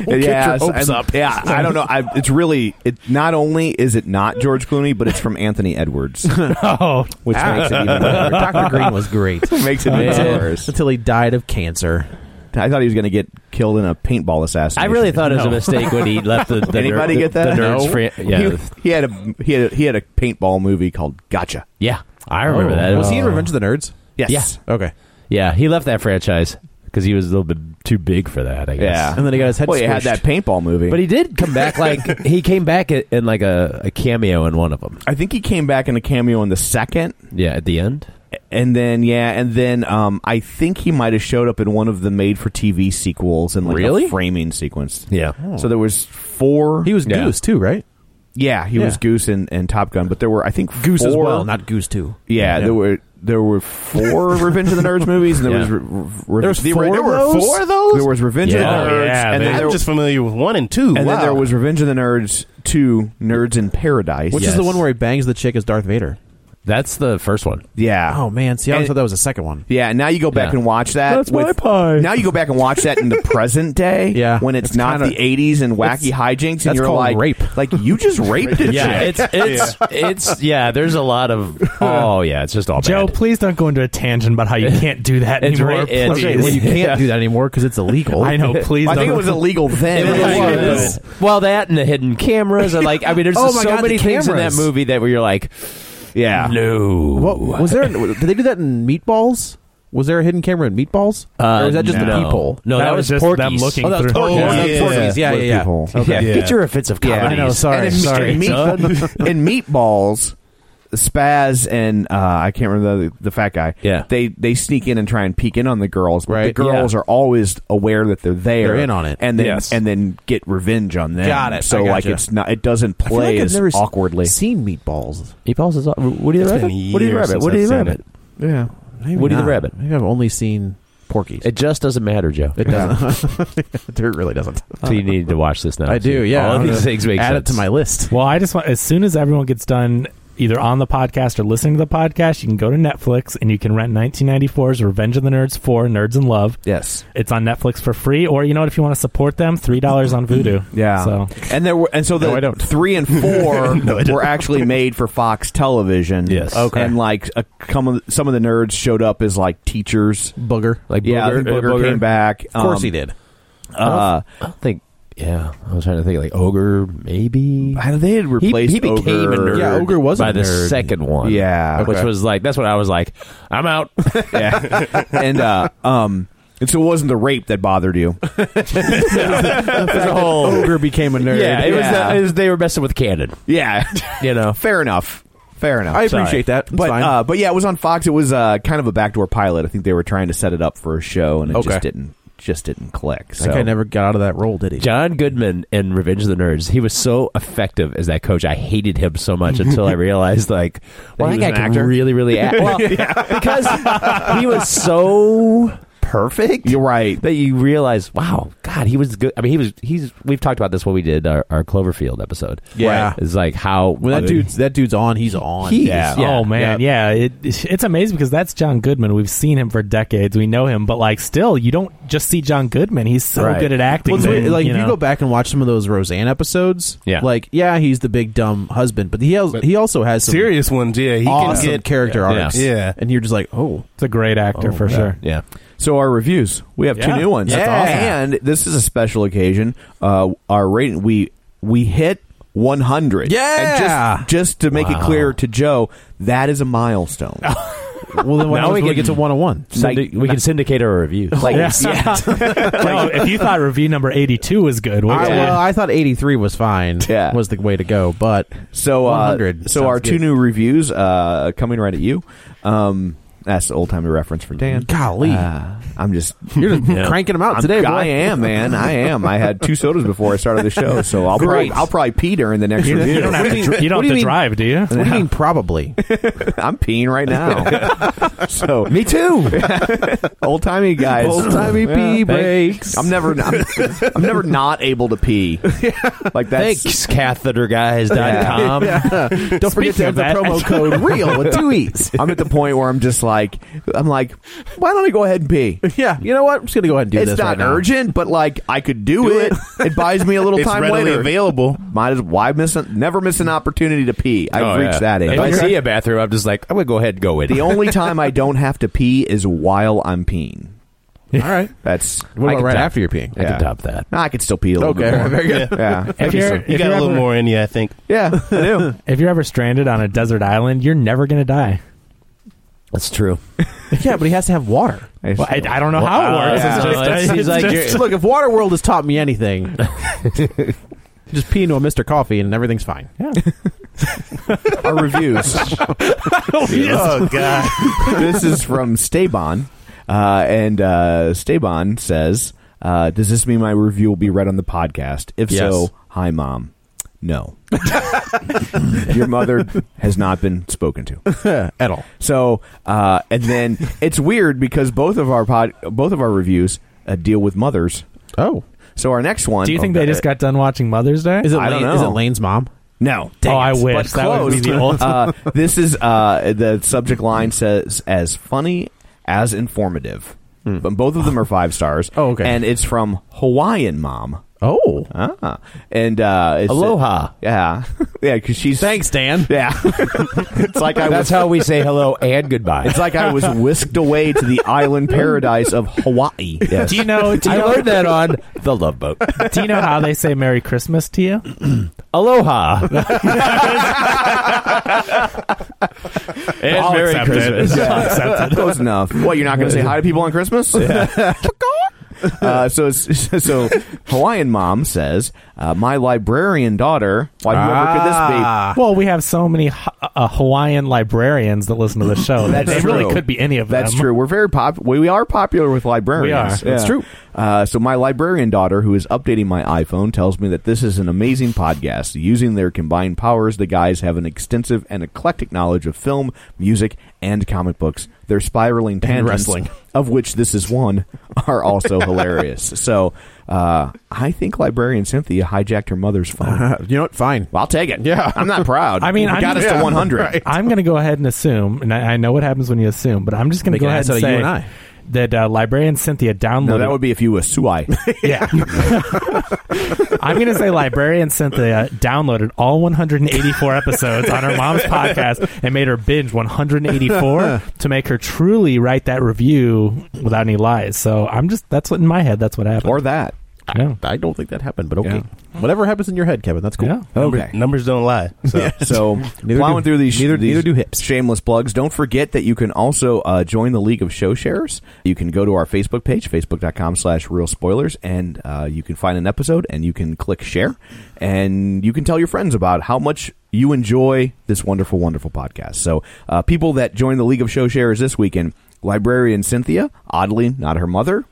[SPEAKER 2] yeah,
[SPEAKER 5] your hopes
[SPEAKER 2] and-
[SPEAKER 5] up.
[SPEAKER 2] yeah, I don't know. I, it's really it. Not only is it not George Clooney, but it's from Anthony
[SPEAKER 6] [LAUGHS]
[SPEAKER 2] Edwards,
[SPEAKER 4] oh,
[SPEAKER 2] which
[SPEAKER 6] Ah.
[SPEAKER 2] makes it even better.
[SPEAKER 3] Doctor Green was
[SPEAKER 6] [LAUGHS]
[SPEAKER 3] great
[SPEAKER 2] makes it even
[SPEAKER 3] until,
[SPEAKER 2] worse.
[SPEAKER 3] until he died of cancer.
[SPEAKER 2] I thought he was going to get killed in a paintball assassination.
[SPEAKER 6] I really thought it was a mistake when he left the.
[SPEAKER 2] [LAUGHS]
[SPEAKER 6] the
[SPEAKER 2] Anybody
[SPEAKER 6] ner-
[SPEAKER 2] get that?
[SPEAKER 6] The nerds fran- yeah,
[SPEAKER 2] He, he had a he had a, he had a paintball movie called Gotcha.
[SPEAKER 6] yeah. I
[SPEAKER 2] Oh.
[SPEAKER 6] remember that. It
[SPEAKER 3] Was he in Revenge of the Nerds?
[SPEAKER 2] Yes.
[SPEAKER 6] Yeah.
[SPEAKER 3] Okay.
[SPEAKER 6] Yeah, he left that franchise because he was a little bit too big for that. I guess.
[SPEAKER 2] Yeah.
[SPEAKER 3] And then he got his head
[SPEAKER 2] Well, you had
[SPEAKER 3] squished.
[SPEAKER 2] that paintball movie,
[SPEAKER 6] But he did come back like he came back i- in like a, a cameo in one of them.
[SPEAKER 2] I think he came back in a cameo in the second.
[SPEAKER 6] Yeah, at the end.
[SPEAKER 2] And then yeah, and then um, I think he might have showed up in one of the made-for-TV sequels and like
[SPEAKER 6] Really?
[SPEAKER 2] a framing sequence.
[SPEAKER 6] Yeah.
[SPEAKER 2] So there was four.
[SPEAKER 3] He was
[SPEAKER 6] Yeah.
[SPEAKER 3] Goose too, right?
[SPEAKER 2] yeah, he was Goose and, and Top Gun, but there were I think
[SPEAKER 3] Goose as
[SPEAKER 2] four-
[SPEAKER 3] well, not Goose too.
[SPEAKER 2] yeah, there were there were four Revenge of the Nerds movies, and there was
[SPEAKER 6] Yeah.
[SPEAKER 2] re- re-
[SPEAKER 3] There was
[SPEAKER 2] there,
[SPEAKER 3] four
[SPEAKER 2] there were
[SPEAKER 3] of those?
[SPEAKER 2] four of those. There was Revenge
[SPEAKER 6] Yeah.
[SPEAKER 2] of
[SPEAKER 6] Oh,
[SPEAKER 2] the Nerds,
[SPEAKER 4] yeah,
[SPEAKER 2] and
[SPEAKER 4] man.
[SPEAKER 2] then there
[SPEAKER 5] I'm just familiar with one and two.
[SPEAKER 2] and
[SPEAKER 5] wow.
[SPEAKER 2] then there was Revenge of the Nerds two Nerds in Paradise,
[SPEAKER 3] Which is the one where he bangs the chick as Darth Vader.
[SPEAKER 6] That's the first one.
[SPEAKER 2] yeah.
[SPEAKER 3] Oh man, see, I always
[SPEAKER 2] And-
[SPEAKER 3] thought that was the second one.
[SPEAKER 2] Yeah, now you go back
[SPEAKER 6] Yeah.
[SPEAKER 2] and watch that.
[SPEAKER 6] That's my pie.
[SPEAKER 2] Now you go back and watch that
[SPEAKER 6] [LAUGHS]
[SPEAKER 2] in the present day.
[SPEAKER 3] Yeah.
[SPEAKER 2] when it's,
[SPEAKER 3] It's
[SPEAKER 2] not the
[SPEAKER 3] kinda-
[SPEAKER 2] '80s and wacky hijinks, and
[SPEAKER 3] that's
[SPEAKER 2] you're
[SPEAKER 3] called
[SPEAKER 2] like,
[SPEAKER 3] rape.
[SPEAKER 2] Like you
[SPEAKER 6] [LAUGHS]
[SPEAKER 2] just raped a
[SPEAKER 6] Yeah,
[SPEAKER 2] chick.
[SPEAKER 6] it's it's it's yeah. There's a lot
[SPEAKER 3] [LAUGHS]
[SPEAKER 6] of oh yeah, it's just all
[SPEAKER 4] Joe,
[SPEAKER 6] bad.
[SPEAKER 4] please don't go into a tangent about how you can't do that
[SPEAKER 6] It's
[SPEAKER 4] anymore.
[SPEAKER 6] right- it's-
[SPEAKER 4] please.
[SPEAKER 6] Okay, well,
[SPEAKER 2] [LAUGHS]
[SPEAKER 3] You can't
[SPEAKER 6] Yeah.
[SPEAKER 3] do that anymore because it's illegal.
[SPEAKER 4] I know. Please.
[SPEAKER 2] I
[SPEAKER 4] don't.
[SPEAKER 2] think it was
[SPEAKER 4] [LAUGHS]
[SPEAKER 2] illegal then.
[SPEAKER 6] [LAUGHS] It was. Well, that and the hidden cameras and like I mean, there's
[SPEAKER 3] Oh
[SPEAKER 6] just
[SPEAKER 3] my
[SPEAKER 6] so
[SPEAKER 3] God,
[SPEAKER 6] many
[SPEAKER 3] the
[SPEAKER 6] things in that
[SPEAKER 3] cameras.
[SPEAKER 6] movie that where you're like,
[SPEAKER 2] Yeah,
[SPEAKER 6] no,
[SPEAKER 3] What was there? Did they do that in Meatballs? Was there a hidden camera in Meatballs,
[SPEAKER 6] Uh,
[SPEAKER 3] or was that just the
[SPEAKER 6] no.
[SPEAKER 3] people?
[SPEAKER 6] No,
[SPEAKER 4] that,
[SPEAKER 6] that,
[SPEAKER 4] was just
[SPEAKER 6] Porky's.
[SPEAKER 4] them looking
[SPEAKER 3] Oh, that was
[SPEAKER 4] through.
[SPEAKER 3] Porky's.
[SPEAKER 5] Yeah.
[SPEAKER 3] Yeah,
[SPEAKER 5] Yeah.
[SPEAKER 3] Porky's. yeah, yeah, yeah.
[SPEAKER 2] People.
[SPEAKER 6] Yeah.
[SPEAKER 5] Yeah.
[SPEAKER 6] Get your offensive
[SPEAKER 2] Yeah,
[SPEAKER 6] comedies.
[SPEAKER 2] I know,
[SPEAKER 3] sorry,
[SPEAKER 2] and in,
[SPEAKER 3] sorry,
[SPEAKER 2] in, meat, [LAUGHS] in meatballs, Spaz and uh, I can't remember the, the fat guy.
[SPEAKER 6] Yeah.
[SPEAKER 2] they they sneak in and try and peek in on the girls, but the
[SPEAKER 3] Right,
[SPEAKER 2] girls
[SPEAKER 3] yeah.
[SPEAKER 2] are always aware that they're there.
[SPEAKER 3] They're in on it.
[SPEAKER 2] and then
[SPEAKER 3] Yes.
[SPEAKER 2] and then get revenge on them.
[SPEAKER 3] Got it.
[SPEAKER 2] So
[SPEAKER 3] I
[SPEAKER 2] like
[SPEAKER 3] gotcha.
[SPEAKER 2] it's not it doesn't
[SPEAKER 3] I feel
[SPEAKER 2] play
[SPEAKER 3] like I've
[SPEAKER 2] as
[SPEAKER 3] never s-
[SPEAKER 2] awkwardly.
[SPEAKER 3] [LAUGHS] seen Meatballs.
[SPEAKER 6] Meatballs is Woody the
[SPEAKER 5] It's
[SPEAKER 6] Rabbit.
[SPEAKER 5] been
[SPEAKER 6] Woody the
[SPEAKER 5] years
[SPEAKER 6] Rabbit.
[SPEAKER 5] since
[SPEAKER 6] Woody
[SPEAKER 5] I've
[SPEAKER 6] the
[SPEAKER 5] seen
[SPEAKER 6] Rabbit.
[SPEAKER 3] Yeah, maybe
[SPEAKER 6] Woody the
[SPEAKER 3] not.
[SPEAKER 6] Rabbit.
[SPEAKER 3] Maybe I've only seen Porky's.
[SPEAKER 6] It just doesn't matter, Joe.
[SPEAKER 3] It doesn't. it really doesn't.
[SPEAKER 6] [LAUGHS] So you need to watch this now.
[SPEAKER 3] I do. Yeah,
[SPEAKER 6] All of
[SPEAKER 3] I'm [LAUGHS]
[SPEAKER 6] these
[SPEAKER 3] gonna
[SPEAKER 6] things make
[SPEAKER 3] add
[SPEAKER 6] sense.
[SPEAKER 3] it to my list.
[SPEAKER 4] Well, I just want as soon as everyone gets done either on the podcast or listening to the podcast, you can go to Netflix and you can rent 1994's Revenge of the Nerds 4 Nerds in Love.
[SPEAKER 2] yes.
[SPEAKER 4] It's on Netflix for free or you know what if you want to support them, $3 on
[SPEAKER 3] [LAUGHS]
[SPEAKER 4] Vudu.
[SPEAKER 2] Yeah.
[SPEAKER 4] So
[SPEAKER 2] And there were and so the
[SPEAKER 3] I don't.
[SPEAKER 2] three and four were actually made for Fox Television.
[SPEAKER 6] Yes.
[SPEAKER 2] Okay. And like a, some of the- some of the nerds showed up as like teachers.
[SPEAKER 3] Booger.
[SPEAKER 6] like
[SPEAKER 2] yeah, I
[SPEAKER 6] Booger,
[SPEAKER 2] think Booger,
[SPEAKER 6] uh, Booger.
[SPEAKER 2] came back.
[SPEAKER 3] Of course
[SPEAKER 2] Um,
[SPEAKER 3] he did.
[SPEAKER 2] Uh,
[SPEAKER 6] I don't think. Yeah, I was trying to think like ogre maybe.
[SPEAKER 2] I don't- they had replaced
[SPEAKER 6] he became
[SPEAKER 2] Ogre.
[SPEAKER 6] a nerd.
[SPEAKER 3] Yeah, Ogre was a
[SPEAKER 6] by the
[SPEAKER 3] nerd.
[SPEAKER 6] second one.
[SPEAKER 2] Yeah.
[SPEAKER 6] which
[SPEAKER 2] Okay.
[SPEAKER 6] was like that's what I was like. I'm
[SPEAKER 3] [LAUGHS]
[SPEAKER 6] out.
[SPEAKER 2] Yeah. and uh, um, and so it wasn't the rape that bothered you. [LAUGHS]
[SPEAKER 6] There's a whole-
[SPEAKER 3] Booger became a nerd.
[SPEAKER 6] yeah, it was,
[SPEAKER 2] Yeah. uh,
[SPEAKER 6] the, it was they were messing with canon.
[SPEAKER 2] Yeah.
[SPEAKER 6] You know,
[SPEAKER 2] Fair enough. Fair enough.
[SPEAKER 3] I appreciate that. It's
[SPEAKER 2] but
[SPEAKER 3] fine.
[SPEAKER 2] uh, but yeah, it was on Fox. It was uh, kind of a backdoor pilot. I think they were trying to set it up for a show, and it
[SPEAKER 3] Okay.
[SPEAKER 2] just didn't just didn't click. So
[SPEAKER 3] that guy never got out of that role, did he?
[SPEAKER 6] John Goodman in Revenge of the Nerds, he was so effective as that coach. I hated him so much until
[SPEAKER 3] [LAUGHS]
[SPEAKER 6] I realized, like, well,
[SPEAKER 2] he
[SPEAKER 6] that
[SPEAKER 2] was
[SPEAKER 6] guy
[SPEAKER 2] an
[SPEAKER 6] can
[SPEAKER 2] actor?
[SPEAKER 6] really, really act. Well, because he was so perfect
[SPEAKER 2] You're right.
[SPEAKER 6] that you realize, wow, God, he was good. I mean, he was, he's, we've talked about this when we did our, our Cloverfield episode.
[SPEAKER 3] Yeah.
[SPEAKER 6] It's like how,
[SPEAKER 3] When that dude's that dude's on, he's on.
[SPEAKER 6] He-
[SPEAKER 3] yeah.
[SPEAKER 6] Yeah.
[SPEAKER 4] Oh man, yeah. It, it's amazing because that's John Goodman. We've seen him for decades. We know him, but like still, you don't just see John Goodman. He's so
[SPEAKER 6] Right.
[SPEAKER 4] good at acting.
[SPEAKER 3] Well, it's weird,
[SPEAKER 4] man,
[SPEAKER 3] like
[SPEAKER 4] you
[SPEAKER 3] if you
[SPEAKER 4] know?
[SPEAKER 3] go back and watch some of those Roseanne episodes,
[SPEAKER 6] Yeah.
[SPEAKER 3] like yeah, he's the big dumb husband, but he has, he also has some
[SPEAKER 5] serious ones. Yeah, he
[SPEAKER 3] awesome
[SPEAKER 5] can get
[SPEAKER 3] character
[SPEAKER 6] Yeah.
[SPEAKER 3] arcs.
[SPEAKER 5] Yeah.
[SPEAKER 3] and you're just like, oh,
[SPEAKER 4] it's a great actor for
[SPEAKER 3] [LAUGHS]
[SPEAKER 4] sure.
[SPEAKER 6] yeah.
[SPEAKER 2] So our reviews, we have two
[SPEAKER 4] Yeah.
[SPEAKER 2] new ones.
[SPEAKER 4] That's Yeah.
[SPEAKER 2] And
[SPEAKER 4] awesome.
[SPEAKER 2] this is a special occasion. Uh, our rating, we we hit 100.
[SPEAKER 3] Yeah.
[SPEAKER 2] And just, just to make it clear to Joe, that is a milestone.
[SPEAKER 3] [LAUGHS] well, then why
[SPEAKER 6] Now
[SPEAKER 3] now
[SPEAKER 6] we
[SPEAKER 3] we
[SPEAKER 6] can-
[SPEAKER 3] get to one
[SPEAKER 6] [LAUGHS]
[SPEAKER 3] on one.
[SPEAKER 6] Syndi- we can syndicate our reviews. Like,
[SPEAKER 4] Yeah. [LAUGHS] No, if you thought review number 82 was good, what
[SPEAKER 3] I,
[SPEAKER 4] was
[SPEAKER 3] well, I thought 83 was fine.
[SPEAKER 2] Yeah.
[SPEAKER 3] was the way to go.
[SPEAKER 6] [LAUGHS]
[SPEAKER 3] But
[SPEAKER 2] So, uh,
[SPEAKER 3] 100
[SPEAKER 2] so
[SPEAKER 3] sounds
[SPEAKER 2] our two
[SPEAKER 3] good.
[SPEAKER 2] new reviews uh, coming right at you. Um, that's the old timey reference from Dan.
[SPEAKER 3] golly,
[SPEAKER 2] Uh, I'm just
[SPEAKER 3] you're just cranking them out
[SPEAKER 2] I'm-
[SPEAKER 3] today. Boy.
[SPEAKER 2] I am, man. I am. I had two sodas before I started the show, so I'll probably,
[SPEAKER 3] Great.
[SPEAKER 2] I'll probably pee during the next
[SPEAKER 4] you, you
[SPEAKER 2] review.
[SPEAKER 4] don't have to, dr- you don't
[SPEAKER 3] what
[SPEAKER 4] have
[SPEAKER 3] do you
[SPEAKER 4] to
[SPEAKER 3] mean?
[SPEAKER 4] drive, do you?
[SPEAKER 3] What do you mean? Probably.
[SPEAKER 2] I'm peeing right now. so me [LAUGHS] too. old timey guys.
[SPEAKER 3] Old timey pee
[SPEAKER 6] [LAUGHS]
[SPEAKER 3] breaks.
[SPEAKER 2] I'm never. I'm, I'm never not able to pee. Like that's
[SPEAKER 6] [LAUGHS] Thanks,
[SPEAKER 3] [LAUGHS]
[SPEAKER 6] catheterguys.com.
[SPEAKER 3] Don't forget to
[SPEAKER 4] Speaking
[SPEAKER 3] have
[SPEAKER 4] of
[SPEAKER 3] the
[SPEAKER 2] [LAUGHS]
[SPEAKER 4] that-
[SPEAKER 6] [LAUGHS]
[SPEAKER 3] promo code real with two e's.
[SPEAKER 2] I'm at the point where I'm just like, I'm like, why don't I go ahead and
[SPEAKER 3] [LAUGHS]
[SPEAKER 2] pee?
[SPEAKER 3] Yeah, you know what? I'm just gonna go ahead and do
[SPEAKER 2] It's
[SPEAKER 3] this.
[SPEAKER 2] not
[SPEAKER 3] right now.
[SPEAKER 2] urgent, but like I could do, it. it. buys me a
[SPEAKER 3] [LAUGHS]
[SPEAKER 2] little
[SPEAKER 5] It's
[SPEAKER 2] time
[SPEAKER 5] readily
[SPEAKER 2] later.
[SPEAKER 5] available.
[SPEAKER 2] Might as why miss a, never miss an opportunity to pee. I've
[SPEAKER 6] Oh,
[SPEAKER 2] reached
[SPEAKER 6] yeah.
[SPEAKER 2] that age.
[SPEAKER 6] If I see a bathroom, I'm just like, I'm gonna go ahead and go in.
[SPEAKER 2] the
[SPEAKER 6] [LAUGHS]
[SPEAKER 2] only time I don't have to pee is while I'm peeing.
[SPEAKER 3] All right.
[SPEAKER 2] That's
[SPEAKER 3] What
[SPEAKER 2] I
[SPEAKER 3] about
[SPEAKER 2] can
[SPEAKER 3] right
[SPEAKER 2] tell.
[SPEAKER 3] after you're peeing?
[SPEAKER 6] I
[SPEAKER 2] Yeah.
[SPEAKER 6] can top that.
[SPEAKER 2] No, I could still pee a little
[SPEAKER 3] Okay,
[SPEAKER 2] bit more.
[SPEAKER 3] [LAUGHS] very good.
[SPEAKER 2] Yeah,
[SPEAKER 4] If you're,
[SPEAKER 5] You
[SPEAKER 4] if
[SPEAKER 5] got
[SPEAKER 4] you're
[SPEAKER 5] a little
[SPEAKER 4] ever-
[SPEAKER 5] more in you, I think.
[SPEAKER 2] yeah, I do.
[SPEAKER 4] If you're ever stranded on a desert island, you're never going to die.
[SPEAKER 6] That's true.
[SPEAKER 3] Yeah, but he has to have water.
[SPEAKER 4] Well, I, I don't know how it works.
[SPEAKER 6] yeah.
[SPEAKER 4] It's just-
[SPEAKER 6] So it
[SPEAKER 4] it's
[SPEAKER 6] seems like
[SPEAKER 4] just-
[SPEAKER 6] you're-
[SPEAKER 3] [LAUGHS] Look, if Waterworld has taught me anything, [LAUGHS] just pee into a Mr. Coffee and everything's fine.
[SPEAKER 4] [LAUGHS]
[SPEAKER 2] Our reviews.
[SPEAKER 3] [LAUGHS]
[SPEAKER 5] Oh God!
[SPEAKER 2] this is from Staban, uh, and uh, Staban says, uh, "Does this mean my review will be read on the podcast? If
[SPEAKER 3] Yes.
[SPEAKER 2] so, hi mom. No, [LAUGHS] your mother has not been spoken to."
[SPEAKER 3] At all.
[SPEAKER 2] So, uh, and then it's weird because both of our pod, both of our reviews uh, deal with mothers.
[SPEAKER 3] Oh.
[SPEAKER 2] So our next one, oh,
[SPEAKER 4] do you think they just got done watching Mother's Day?
[SPEAKER 3] Is it,
[SPEAKER 2] I don't
[SPEAKER 3] Lane,
[SPEAKER 2] know.
[SPEAKER 3] is it Lane's mom?
[SPEAKER 2] no?
[SPEAKER 4] oh, I
[SPEAKER 2] But
[SPEAKER 4] wish that would be
[SPEAKER 2] close. [LAUGHS]
[SPEAKER 4] the old. [LAUGHS]
[SPEAKER 2] uh, this is uh, the subject line says as funny as informative. But both of them are five stars.
[SPEAKER 3] Oh, okay.
[SPEAKER 2] And it's from Hawaiian Mom.
[SPEAKER 3] Oh.
[SPEAKER 2] Ah, and uh, it's,
[SPEAKER 6] Aloha.
[SPEAKER 2] yeah, [LAUGHS] yeah, because she's
[SPEAKER 3] Thanks, Dan.
[SPEAKER 2] Yeah, [LAUGHS] it's like I was.
[SPEAKER 6] That's how we say hello and goodbye.
[SPEAKER 2] it's like I was whisked away to the island paradise of Hawaii. Yes.
[SPEAKER 4] [LAUGHS] do you know? Do you know,
[SPEAKER 6] that on the Love Boat.
[SPEAKER 4] do you know how they say Merry Christmas to you?
[SPEAKER 6] Aloha. and Merry Christmas.
[SPEAKER 2] Yeah. Close enough. What you're not going to say hi to people on Christmas? [LAUGHS] uh, so, [LAUGHS] it's- so Hawaiian mom says, uh, "My librarian daughter. Why whoever could this be?
[SPEAKER 4] Well, we have so many Ha- uh, Hawaiian librarians that listen to the show. that
[SPEAKER 2] That's
[SPEAKER 4] it really
[SPEAKER 2] true.
[SPEAKER 4] could be any of them.
[SPEAKER 2] That's true. We're very pop. We we are popular with librarians.
[SPEAKER 4] We are. That's
[SPEAKER 2] true. Uh, so my librarian daughter, who is updating my iPhone, tells me that this is an amazing podcast. Using their combined powers, the guys have an extensive and eclectic knowledge of film, music, and comic books. Their spiraling tangents,
[SPEAKER 3] wrestling.
[SPEAKER 2] of which this is one, are
[SPEAKER 4] [LAUGHS]
[SPEAKER 2] also hilarious. So uh, I think librarian Cynthia hijacked her mother's phone.
[SPEAKER 4] [LAUGHS]
[SPEAKER 3] Uh, you know what? Fine.
[SPEAKER 2] Well, I'll take it.
[SPEAKER 3] Yeah.
[SPEAKER 2] I'm not proud.
[SPEAKER 4] I mean,
[SPEAKER 2] You
[SPEAKER 4] I'm
[SPEAKER 2] got us
[SPEAKER 4] just-
[SPEAKER 2] to
[SPEAKER 4] [LAUGHS] yeah,
[SPEAKER 2] 100.
[SPEAKER 4] I'm going to go ahead and assume, and I, I know what happens when you assume, but I'm just going to
[SPEAKER 3] They
[SPEAKER 4] go
[SPEAKER 3] can
[SPEAKER 4] ahead
[SPEAKER 3] ask
[SPEAKER 4] and
[SPEAKER 3] that of
[SPEAKER 4] say
[SPEAKER 3] you and I.
[SPEAKER 4] that uh, librarian Cynthia downloaded.
[SPEAKER 2] No,
[SPEAKER 4] [LAUGHS]
[SPEAKER 2] that would be if you were Suai.
[SPEAKER 4] yeah. [LAUGHS] I'm going to say librarian Cynthia downloaded all 184 episodes on her mom's podcast and made her binge 184 to make her truly write that review without any lies. So I'm just that's what in my head that's what happened.
[SPEAKER 2] or that.
[SPEAKER 4] yeah.
[SPEAKER 3] I don't think that happened,
[SPEAKER 4] [LAUGHS]
[SPEAKER 3] but okay. Whatever happens in your head, Kevin, that's cool.
[SPEAKER 4] Yeah.
[SPEAKER 2] Okay.
[SPEAKER 3] [LAUGHS]
[SPEAKER 5] Numbers don't lie. So
[SPEAKER 2] So
[SPEAKER 3] Neither
[SPEAKER 2] plowing
[SPEAKER 3] do-
[SPEAKER 2] through these,
[SPEAKER 3] neither-
[SPEAKER 2] these
[SPEAKER 3] neither do hips.
[SPEAKER 2] shameless plugs. Don't forget that you can also uh, join the League of Show Sharers. You can go to our Facebook page, facebook.com slash real spoilers, and uh, you can find an episode and you can click share. And you can tell your friends about how much you enjoy this wonderful, wonderful podcast. So uh, people that join the League of Show Sharers this weekend, librarian Cynthia, oddly not her mother,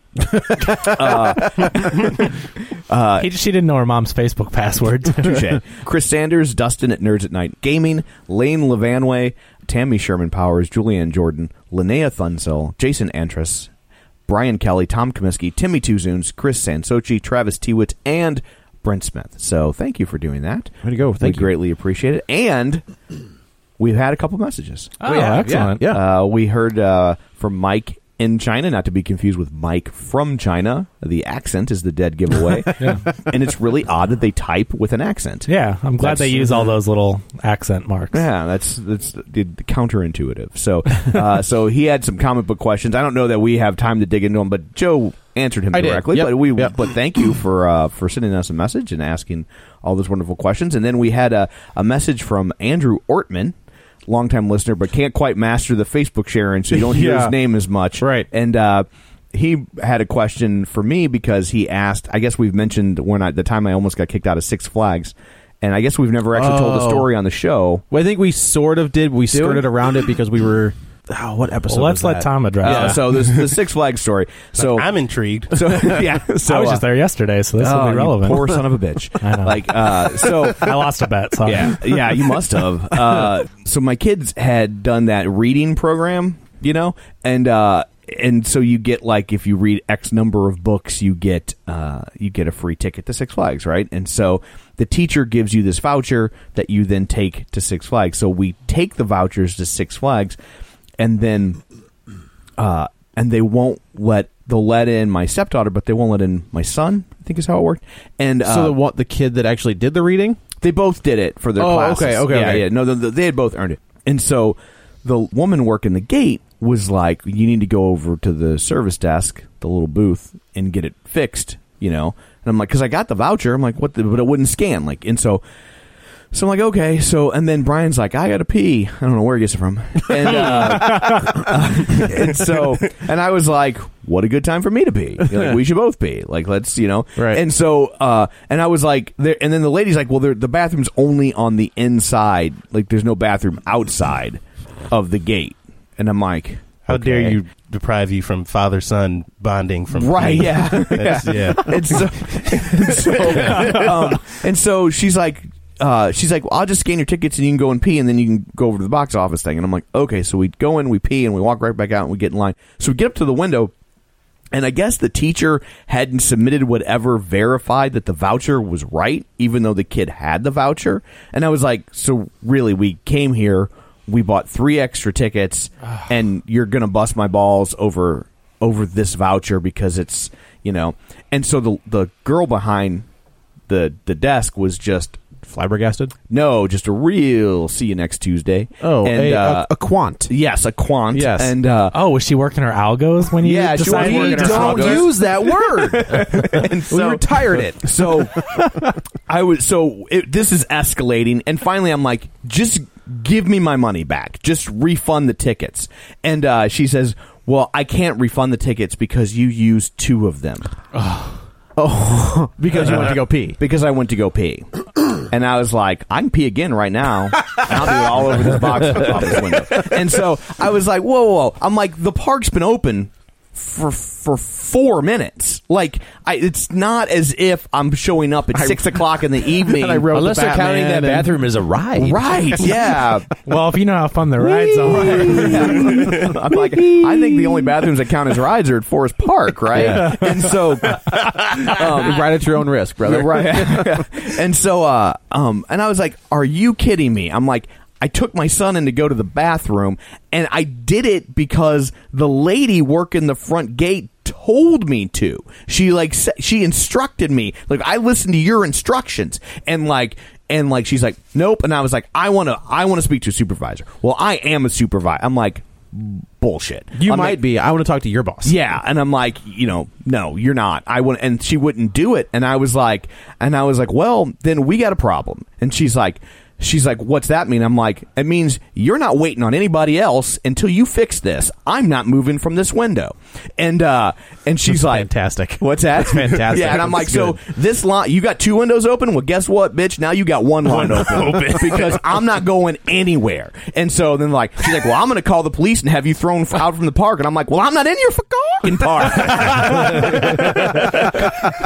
[SPEAKER 2] Uh,
[SPEAKER 4] He just, she didn't know her mom's Facebook password. [LAUGHS]
[SPEAKER 3] [LAUGHS]
[SPEAKER 2] Touche. Chris Sanders, Dustin at Nerds at Night Gaming, Lane Levanway, Tammy Sherman Powers, Julianne Jordan, Linnea Thunsell, Jason Antris, Brian Kelly, Tom Comiskey, Timmy Tuzoons, Chris Sansochi, Travis Tewitt, and Brent Smith. So thank you for doing that.
[SPEAKER 3] Way to go. Thank
[SPEAKER 2] we
[SPEAKER 3] you.
[SPEAKER 2] greatly appreciate it. And we've had a couple messages.
[SPEAKER 4] Oh, yeah, excellent.
[SPEAKER 3] Yeah.
[SPEAKER 2] Uh, we heard uh, from Mike in China, not to be confused with Mike from China. The accent is the dead
[SPEAKER 3] [LAUGHS]
[SPEAKER 2] giveaway. And it's really odd that they type with an accent.
[SPEAKER 4] Yeah, I'm glad
[SPEAKER 2] That's-
[SPEAKER 4] they use all those little accent marks.
[SPEAKER 2] Yeah, that's that's the, the counterintuitive. So,
[SPEAKER 3] [LAUGHS]
[SPEAKER 2] uh, so he had some comic book questions. I don't know that we have time to dig into them, but Joe answered him
[SPEAKER 3] I did.
[SPEAKER 2] directly.
[SPEAKER 3] Yep.
[SPEAKER 2] But we,
[SPEAKER 3] Yep.
[SPEAKER 2] but thank you for uh, for sending us a message and asking all those wonderful questions. And then we had a, a message from Andrew Ortman. longtime listener, but can't quite master the Facebook sharing, so you don't hear
[SPEAKER 7] Yeah.
[SPEAKER 2] his name as much.
[SPEAKER 7] Right.
[SPEAKER 2] And uh, he had a question for me because he asked. I guess we've mentioned when I the time I almost got kicked out of Six Flags, and I guess we've never actually told the
[SPEAKER 3] Oh.
[SPEAKER 2] story on the show.
[SPEAKER 3] Well, I think we sort of did. We skirted around it because we were. Oh, what episode?
[SPEAKER 4] Well, let's
[SPEAKER 3] was
[SPEAKER 4] let
[SPEAKER 3] that?
[SPEAKER 4] Tom address
[SPEAKER 2] Uh,
[SPEAKER 4] it.
[SPEAKER 2] so this
[SPEAKER 4] [LAUGHS]
[SPEAKER 2] the Six Flags story. So
[SPEAKER 5] I'm intrigued.
[SPEAKER 2] so [LAUGHS] yeah. So
[SPEAKER 4] I was
[SPEAKER 2] uh,
[SPEAKER 4] just there yesterday, so this
[SPEAKER 2] oh,
[SPEAKER 4] will be
[SPEAKER 2] you
[SPEAKER 4] relevant.
[SPEAKER 2] poor son of a bitch.
[SPEAKER 4] I know.
[SPEAKER 2] Like uh, so.
[SPEAKER 4] [LAUGHS] I lost a bet.
[SPEAKER 2] [LAUGHS]
[SPEAKER 4] Sorry.
[SPEAKER 2] Yeah, yeah, you must have. Uh, so my kids had done that reading program, you know, and uh, and so you get like if you read X number of books, you get uh, you get a free ticket to Six Flags, right? And so the teacher gives you this voucher that you then take to Six Flags. So we take the vouchers to Six Flags, and then uh, and they won't let they'll let in my stepdaughter, but they won't let in my son. I think is how it worked. And uh,
[SPEAKER 3] So the one, the kid that actually did the reading.
[SPEAKER 2] they both did it for their
[SPEAKER 3] Oh,
[SPEAKER 2] classes.
[SPEAKER 3] okay, okay,
[SPEAKER 2] yeah,
[SPEAKER 3] okay.
[SPEAKER 2] yeah. No, the, the- they had both earned it. And so the woman working the gate was like, "You need to go over to the service desk, the little booth, and get it fixed." You know, and I'm like, "Cause I got the voucher." I'm like, "What?" The, but it wouldn't scan. Like, and so. So I'm like, okay. So, and then Brian's like, I gotta pee. I don't know where he gets it from. And, uh, [LAUGHS] and so, and I was like, what a good time for me to pee. Like, we should both pee. Like, let's, you know.
[SPEAKER 3] Right.
[SPEAKER 2] And so, uh, and I was like, there, and then the lady's like, well, there- the bathroom's only on the inside. Like, there's no bathroom outside of the gate. And I'm like,
[SPEAKER 5] How dare
[SPEAKER 2] okay.
[SPEAKER 5] you deprive you from father son bonding from
[SPEAKER 2] Right.
[SPEAKER 5] me?
[SPEAKER 2] Yeah.
[SPEAKER 5] [LAUGHS] That's- yeah.
[SPEAKER 2] and so, and so, um, and so she's like, uh, she's like, well, I'll just scan your tickets and you can go and pee and then you can go over to the box office thing. And I'm like, okay. So we go in, we pee, and we walk right back out and we get in line. So we get up to the window. And I guess the teacher hadn't submitted whatever verified that the voucher was right, even though the kid had the voucher. And I was like, so really, we came here, we bought three extra tickets, and you're gonna bust my balls over over this voucher because it's you know. And so the the girl behind the the desk was just
[SPEAKER 3] Flabbergasted.
[SPEAKER 2] no, just a real see you next Tuesday.
[SPEAKER 3] Oh,
[SPEAKER 2] and
[SPEAKER 3] a,
[SPEAKER 2] uh,
[SPEAKER 3] a, a quant.
[SPEAKER 2] yes, a quant.
[SPEAKER 3] Yes.
[SPEAKER 2] and uh,
[SPEAKER 4] Oh, was she working her algos when you
[SPEAKER 2] Yeah, she
[SPEAKER 4] decided
[SPEAKER 2] was working her
[SPEAKER 4] Don't
[SPEAKER 2] algos.
[SPEAKER 4] you-
[SPEAKER 3] use that word. [LAUGHS]
[SPEAKER 2] and so,
[SPEAKER 3] retired
[SPEAKER 2] [LAUGHS]
[SPEAKER 3] it.
[SPEAKER 2] So I was so it, this is escalating, and finally I'm like, just give me my money back, just refund the tickets. And uh, she says, "Well, I can't refund the tickets because you used two of them." Oh, because you went to go pee. Because I went to go pee, [CLEARS THROAT] and I was like, I can pee again right now. And I'll do it all over this box office window. And so I was like, whoa, whoa, whoa. I'm like, the park's been open for for four minutes. Like, I, it's not as if I'm showing up at six o'clock in the evening.
[SPEAKER 3] I wrote
[SPEAKER 6] Unless
[SPEAKER 3] the
[SPEAKER 6] they're counting that
[SPEAKER 3] Batman and-
[SPEAKER 6] bathroom as a ride.
[SPEAKER 2] [LAUGHS] Right? Yeah. [LAUGHS]
[SPEAKER 4] Well, if you know how fun the rides [LAUGHS] are,
[SPEAKER 2] I'm like, I think the only bathrooms that count as rides are at Forest Park, right? And so.
[SPEAKER 3] [LAUGHS] Um, [LAUGHS] right at your own risk, brother.
[SPEAKER 2] Right. [LAUGHS] and so, uh, um, and I was like, "Are you kidding me?" I'm like, I took my son in to go to the bathroom, and I did it because the lady working the front gate told me to. She like sa- she instructed me. Like I listened to your instructions, and like. And like she's like, nope. And I was like, I wanna, I wanna speak to a supervisor. Well, I am a supervisor. I'm like, bullshit.
[SPEAKER 3] You
[SPEAKER 2] I'm
[SPEAKER 3] might
[SPEAKER 2] like-
[SPEAKER 3] be. I want to talk to your boss.
[SPEAKER 2] yeah, and I'm like, you know, no, you're not. I would, and she wouldn't do it. And I was like, and I was like, well, then we got a problem. And she's like, she's like, what's that mean? I'm like, it means you're not waiting on anybody else until you fix this. I'm not moving from this window. And uh, and she's like,
[SPEAKER 3] fantastic.
[SPEAKER 2] What's that?
[SPEAKER 3] That's fantastic.
[SPEAKER 2] yeah, and I'm like,
[SPEAKER 3] That's
[SPEAKER 2] so
[SPEAKER 3] good.
[SPEAKER 2] this line, you got two windows open. Well, guess what, bitch? Now you got one line open, [LAUGHS] because I'm not going anywhere. And so then, like, she's like, well, I'm going to call the police and have you thrown f- out from the park. And I'm like, well, I'm not in your fucking park. [LAUGHS]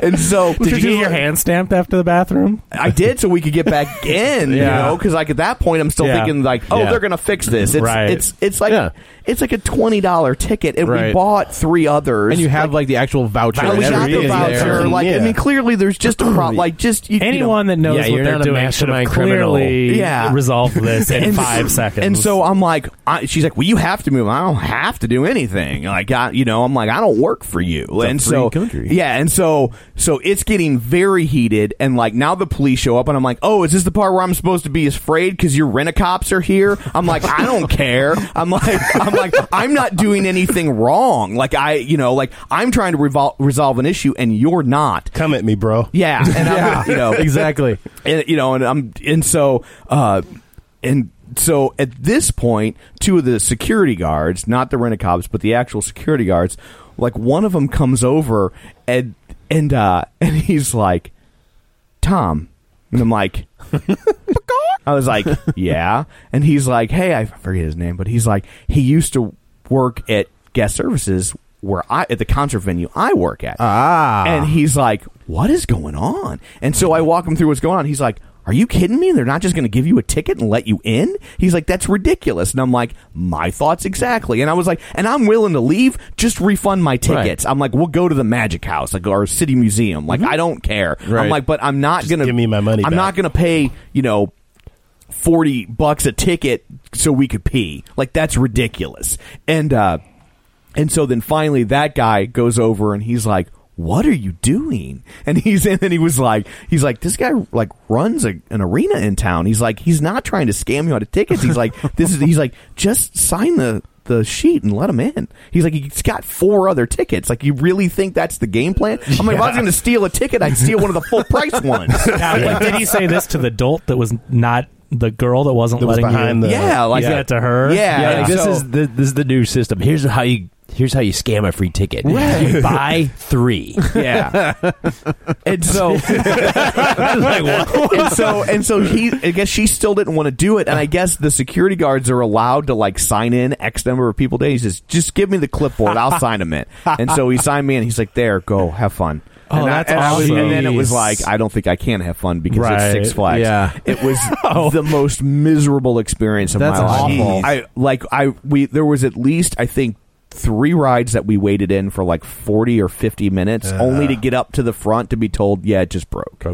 [SPEAKER 2] and so
[SPEAKER 4] did you get your hand stamped after the bathroom?
[SPEAKER 2] I did, so we could get back in,
[SPEAKER 4] Yeah.
[SPEAKER 2] you know, because like at that point, I'm still
[SPEAKER 4] Yeah.
[SPEAKER 2] thinking like, oh,
[SPEAKER 4] Yeah.
[SPEAKER 2] they're going to fix this. It's
[SPEAKER 4] Right.
[SPEAKER 2] it's it's like
[SPEAKER 3] Yeah.
[SPEAKER 2] it's like a twenty dollar ticket, and we
[SPEAKER 3] Right.
[SPEAKER 2] bought three others,
[SPEAKER 3] And you have like, the actual voucher.
[SPEAKER 2] and we
[SPEAKER 3] and
[SPEAKER 2] got the
[SPEAKER 3] everything
[SPEAKER 2] voucher.
[SPEAKER 3] there.
[SPEAKER 2] Like, I
[SPEAKER 5] Yeah.
[SPEAKER 2] mean, clearly there's just a
[SPEAKER 4] [CLEARS THROAT]
[SPEAKER 2] problem. Like, just you, you know.
[SPEAKER 4] [LAUGHS] Anyone that
[SPEAKER 6] Yeah,
[SPEAKER 4] knows what
[SPEAKER 6] you're
[SPEAKER 4] they're
[SPEAKER 6] not a
[SPEAKER 4] doing should have
[SPEAKER 6] mastermind criminal.
[SPEAKER 4] clearly
[SPEAKER 2] Yeah.
[SPEAKER 4] resolved this [LAUGHS] in five seconds.
[SPEAKER 2] And
[SPEAKER 4] [LAUGHS]
[SPEAKER 2] so I'm like, I, she's like, well, you have to move. I don't have to do anything. Like, I, you know, I'm like, I don't work for you. and so,
[SPEAKER 3] country.
[SPEAKER 2] yeah, and so, so it's getting very heated. And like now the police show up, and I'm like, oh, is this the part where I'm supposed to be afraid because your rent cops are here? I'm like, I don't care. I'm like, I'm like, I'm not doing anything wrong. Like I, you know, like I'm trying to revol- resolve an issue, and you're not.
[SPEAKER 5] Come at me, bro.
[SPEAKER 2] Yeah, and I'm, you know,
[SPEAKER 3] exactly.
[SPEAKER 2] and you know, and I'm and so uh and so at this point, two of the security guards, not the rent cops, but the actual security guards, like one of them comes over and and uh [LAUGHS] and he's like, Tom, and I'm like, I was like, yeah, and he's like, hey, I forget his name, but he's like, he used to work at guest services where I at the concert venue I work at.
[SPEAKER 3] Ah.
[SPEAKER 2] And he's like, "What is going on?" And so I walk him through what's going on. He's like, "Are you kidding me? They're not just going to give you a ticket and let you in?" He's like, "That's ridiculous." And I'm like, "My thoughts exactly." And I was like, "And I'm willing to leave. Just refund my tickets." I'm like, "We'll go to the Magic House, like or City Museum. Like I don't care." I'm
[SPEAKER 3] Right.
[SPEAKER 2] like, "But I'm not going to
[SPEAKER 5] give me my money
[SPEAKER 2] I'm
[SPEAKER 5] back."
[SPEAKER 2] not going to pay you know 40 bucks a ticket so we could pee. Like that's ridiculous. And uh and so then finally that guy goes over and he's like, "What are you doing?" And he's and then he was like, he's like, "This guy like runs a, an arena in town." He's like, "He's not trying to scam you out of tickets." He's
[SPEAKER 5] [LAUGHS]
[SPEAKER 2] like, "This is he's like, "Just sign the the sheet and let him in." He's like, "He's got four other tickets." Like, you really think that's the game plan? I'm like, "If I was going to steal a ticket, I'd steal one of the full
[SPEAKER 5] [LAUGHS]
[SPEAKER 2] price ones."
[SPEAKER 4] Now, like, did he say this to the dolt that was not the girl that wasn't
[SPEAKER 5] That was
[SPEAKER 4] letting
[SPEAKER 5] behind
[SPEAKER 4] you?
[SPEAKER 5] the-
[SPEAKER 2] yeah, like
[SPEAKER 4] He said it to her.
[SPEAKER 2] Yeah,
[SPEAKER 6] Yeah,
[SPEAKER 2] like,
[SPEAKER 4] [LAUGHS]
[SPEAKER 6] this
[SPEAKER 2] so-
[SPEAKER 6] is the this is the new system. Here's how you here's how you scam a free ticket.
[SPEAKER 2] Right.
[SPEAKER 6] You buy
[SPEAKER 3] [LAUGHS]
[SPEAKER 6] three.
[SPEAKER 2] Yeah. [LAUGHS] and
[SPEAKER 4] [LAUGHS]
[SPEAKER 2] so and so and so he I guess she still didn't want to do it and I guess the security guards are allowed to like sign in X number of people days. He says, just give me the clipboard, I'll sign him in. And so he signed me and he's like, There, go, have fun.
[SPEAKER 4] Oh,
[SPEAKER 2] and I-
[SPEAKER 4] that's
[SPEAKER 2] and I was-
[SPEAKER 4] awesome.
[SPEAKER 2] and then it was like, I don't think I can have fun because
[SPEAKER 4] Right. Oh.
[SPEAKER 2] it's Six Flags.
[SPEAKER 3] Yeah.
[SPEAKER 2] It
[SPEAKER 4] [LAUGHS]
[SPEAKER 2] was the most miserable experience of
[SPEAKER 3] That's
[SPEAKER 2] my life.
[SPEAKER 3] awful.
[SPEAKER 2] I like I we there was at least I think three rides that we waited in for like 40 or 50 minutes only to get up to the front to be told yeah it just broke.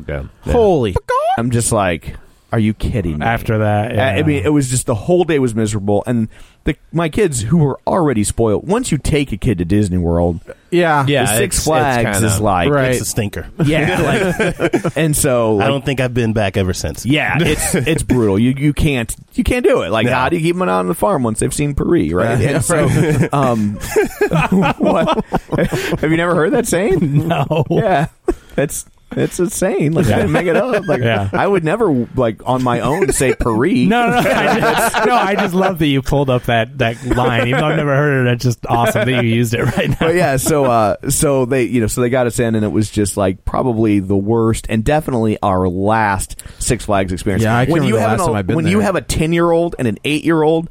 [SPEAKER 3] Holy.
[SPEAKER 2] I'm just like are you kidding me?
[SPEAKER 4] After that, yeah.
[SPEAKER 2] I- I mean it was just the whole day was miserable and the, my kids who were already spoiled once you take a kid to Disney World
[SPEAKER 3] Yeah.
[SPEAKER 2] the
[SPEAKER 6] Yeah, it's-
[SPEAKER 2] Six
[SPEAKER 6] it's
[SPEAKER 2] Flags
[SPEAKER 6] kinda-
[SPEAKER 2] is like
[SPEAKER 3] Right.
[SPEAKER 5] It's a stinker.
[SPEAKER 4] [LAUGHS]
[SPEAKER 2] yeah like, and so
[SPEAKER 5] I
[SPEAKER 2] like,
[SPEAKER 5] don't think I've been back ever since.
[SPEAKER 2] Yeah, [LAUGHS] it's it's brutal. You you can't you can't do it. Like
[SPEAKER 5] No.
[SPEAKER 2] how do you keep them on the farm once they've seen Paris, right? and so, [LAUGHS] um, what? [LAUGHS] have you never heard that saying?
[SPEAKER 4] [LAUGHS] [LAUGHS] no.
[SPEAKER 2] Yeah, that's that's insane. Like I didn't make it up. Like
[SPEAKER 4] Yeah.
[SPEAKER 2] I would never like on my own say Paris.
[SPEAKER 4] No, no, no. I just, no, I just love that you pulled up that, that line. Even though I've never heard it, it's just awesome that you used it right now.
[SPEAKER 2] but yeah, so uh, so they you know so they got us in, and it was just like probably the worst, and definitely our last Six Flags experience.
[SPEAKER 3] Yeah, I can't
[SPEAKER 2] when you
[SPEAKER 3] remember the
[SPEAKER 2] have an,
[SPEAKER 3] last time I've been
[SPEAKER 2] when you
[SPEAKER 3] there.
[SPEAKER 2] have a ten year old and an eight year old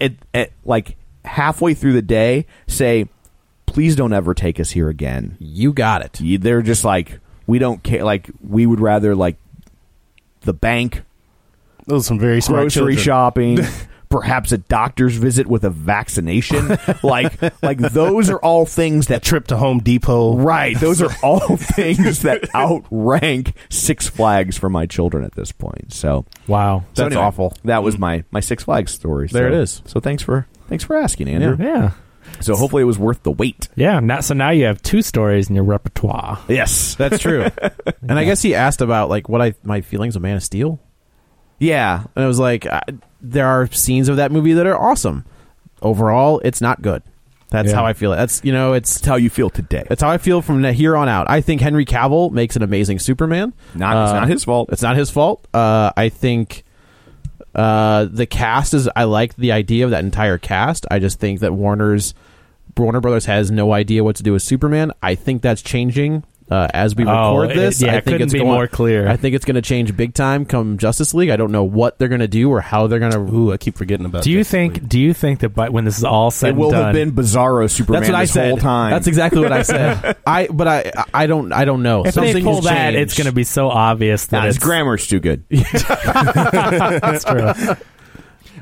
[SPEAKER 2] at, at like halfway through the day say, please don't ever take us here again.
[SPEAKER 3] You got it.
[SPEAKER 2] You- They're just like we don't care. Like we would rather like the bank
[SPEAKER 5] Those are some very smart
[SPEAKER 2] grocery
[SPEAKER 5] children.
[SPEAKER 2] shopping
[SPEAKER 3] [LAUGHS]
[SPEAKER 2] perhaps a doctor's visit with a
[SPEAKER 3] [LAUGHS]
[SPEAKER 2] vaccination like like those are all things that
[SPEAKER 5] Trip to Home Depot.
[SPEAKER 2] Right. Those are all things that outrank Six Flags for my children at this point. So
[SPEAKER 4] Wow.
[SPEAKER 2] so
[SPEAKER 3] That's
[SPEAKER 2] anyway,
[SPEAKER 3] awful.
[SPEAKER 2] That was my my Six Flags story.
[SPEAKER 3] There
[SPEAKER 2] So-
[SPEAKER 3] it is.
[SPEAKER 2] So thanks for thanks for asking, Andrew.
[SPEAKER 4] Yeah.
[SPEAKER 2] So hopefully it was worth the wait.
[SPEAKER 4] Yeah. Now, so now you have two stories in your repertoire.
[SPEAKER 2] Yes.
[SPEAKER 3] That's true. and I guess he asked about like what I my feelings of Man of Steel,
[SPEAKER 2] [LAUGHS] Yeah.
[SPEAKER 3] and it was like I, there are scenes of that movie that are awesome. Overall, it's not good. That's
[SPEAKER 4] Yeah.
[SPEAKER 3] how I feel. That's you know, it's
[SPEAKER 2] That's how you feel today.
[SPEAKER 3] that's how I feel from here on out. I think Henry Cavill makes an amazing Superman.
[SPEAKER 2] Not it's
[SPEAKER 3] Uh,
[SPEAKER 2] not his fault.
[SPEAKER 3] It's not his fault. Uh, I think uh, the cast is. I like the idea of that entire cast. I just think that Warner's Warner Brothers has no idea what to do with Superman. I think that's changing uh, as we
[SPEAKER 4] Oh,
[SPEAKER 3] record
[SPEAKER 4] it-
[SPEAKER 3] this.
[SPEAKER 4] yeah,
[SPEAKER 3] I
[SPEAKER 4] it
[SPEAKER 3] think
[SPEAKER 4] couldn't
[SPEAKER 3] it's
[SPEAKER 4] be
[SPEAKER 3] going,
[SPEAKER 4] more clear.
[SPEAKER 3] I think it's going to change big time come Justice League. I don't know what they're going to do or how they're going to.
[SPEAKER 5] Ooh, I keep forgetting about.
[SPEAKER 4] Do you
[SPEAKER 5] this.
[SPEAKER 4] think? Do you think that by, when this is all said
[SPEAKER 2] it will
[SPEAKER 4] and done,
[SPEAKER 2] have been Bizarro Superman
[SPEAKER 3] That's what I
[SPEAKER 2] this
[SPEAKER 3] said.
[SPEAKER 2] whole time.
[SPEAKER 3] That's exactly what
[SPEAKER 5] [LAUGHS]
[SPEAKER 3] I said. I but I I don't I don't know.
[SPEAKER 4] if
[SPEAKER 3] Something
[SPEAKER 4] they
[SPEAKER 3] has
[SPEAKER 4] pull that,
[SPEAKER 3] changed.
[SPEAKER 4] it's going to be so obvious that
[SPEAKER 2] Nah, his
[SPEAKER 4] it's [LAUGHS]
[SPEAKER 2] grammar's too good.
[SPEAKER 4] That's
[SPEAKER 3] [LAUGHS]
[SPEAKER 4] true.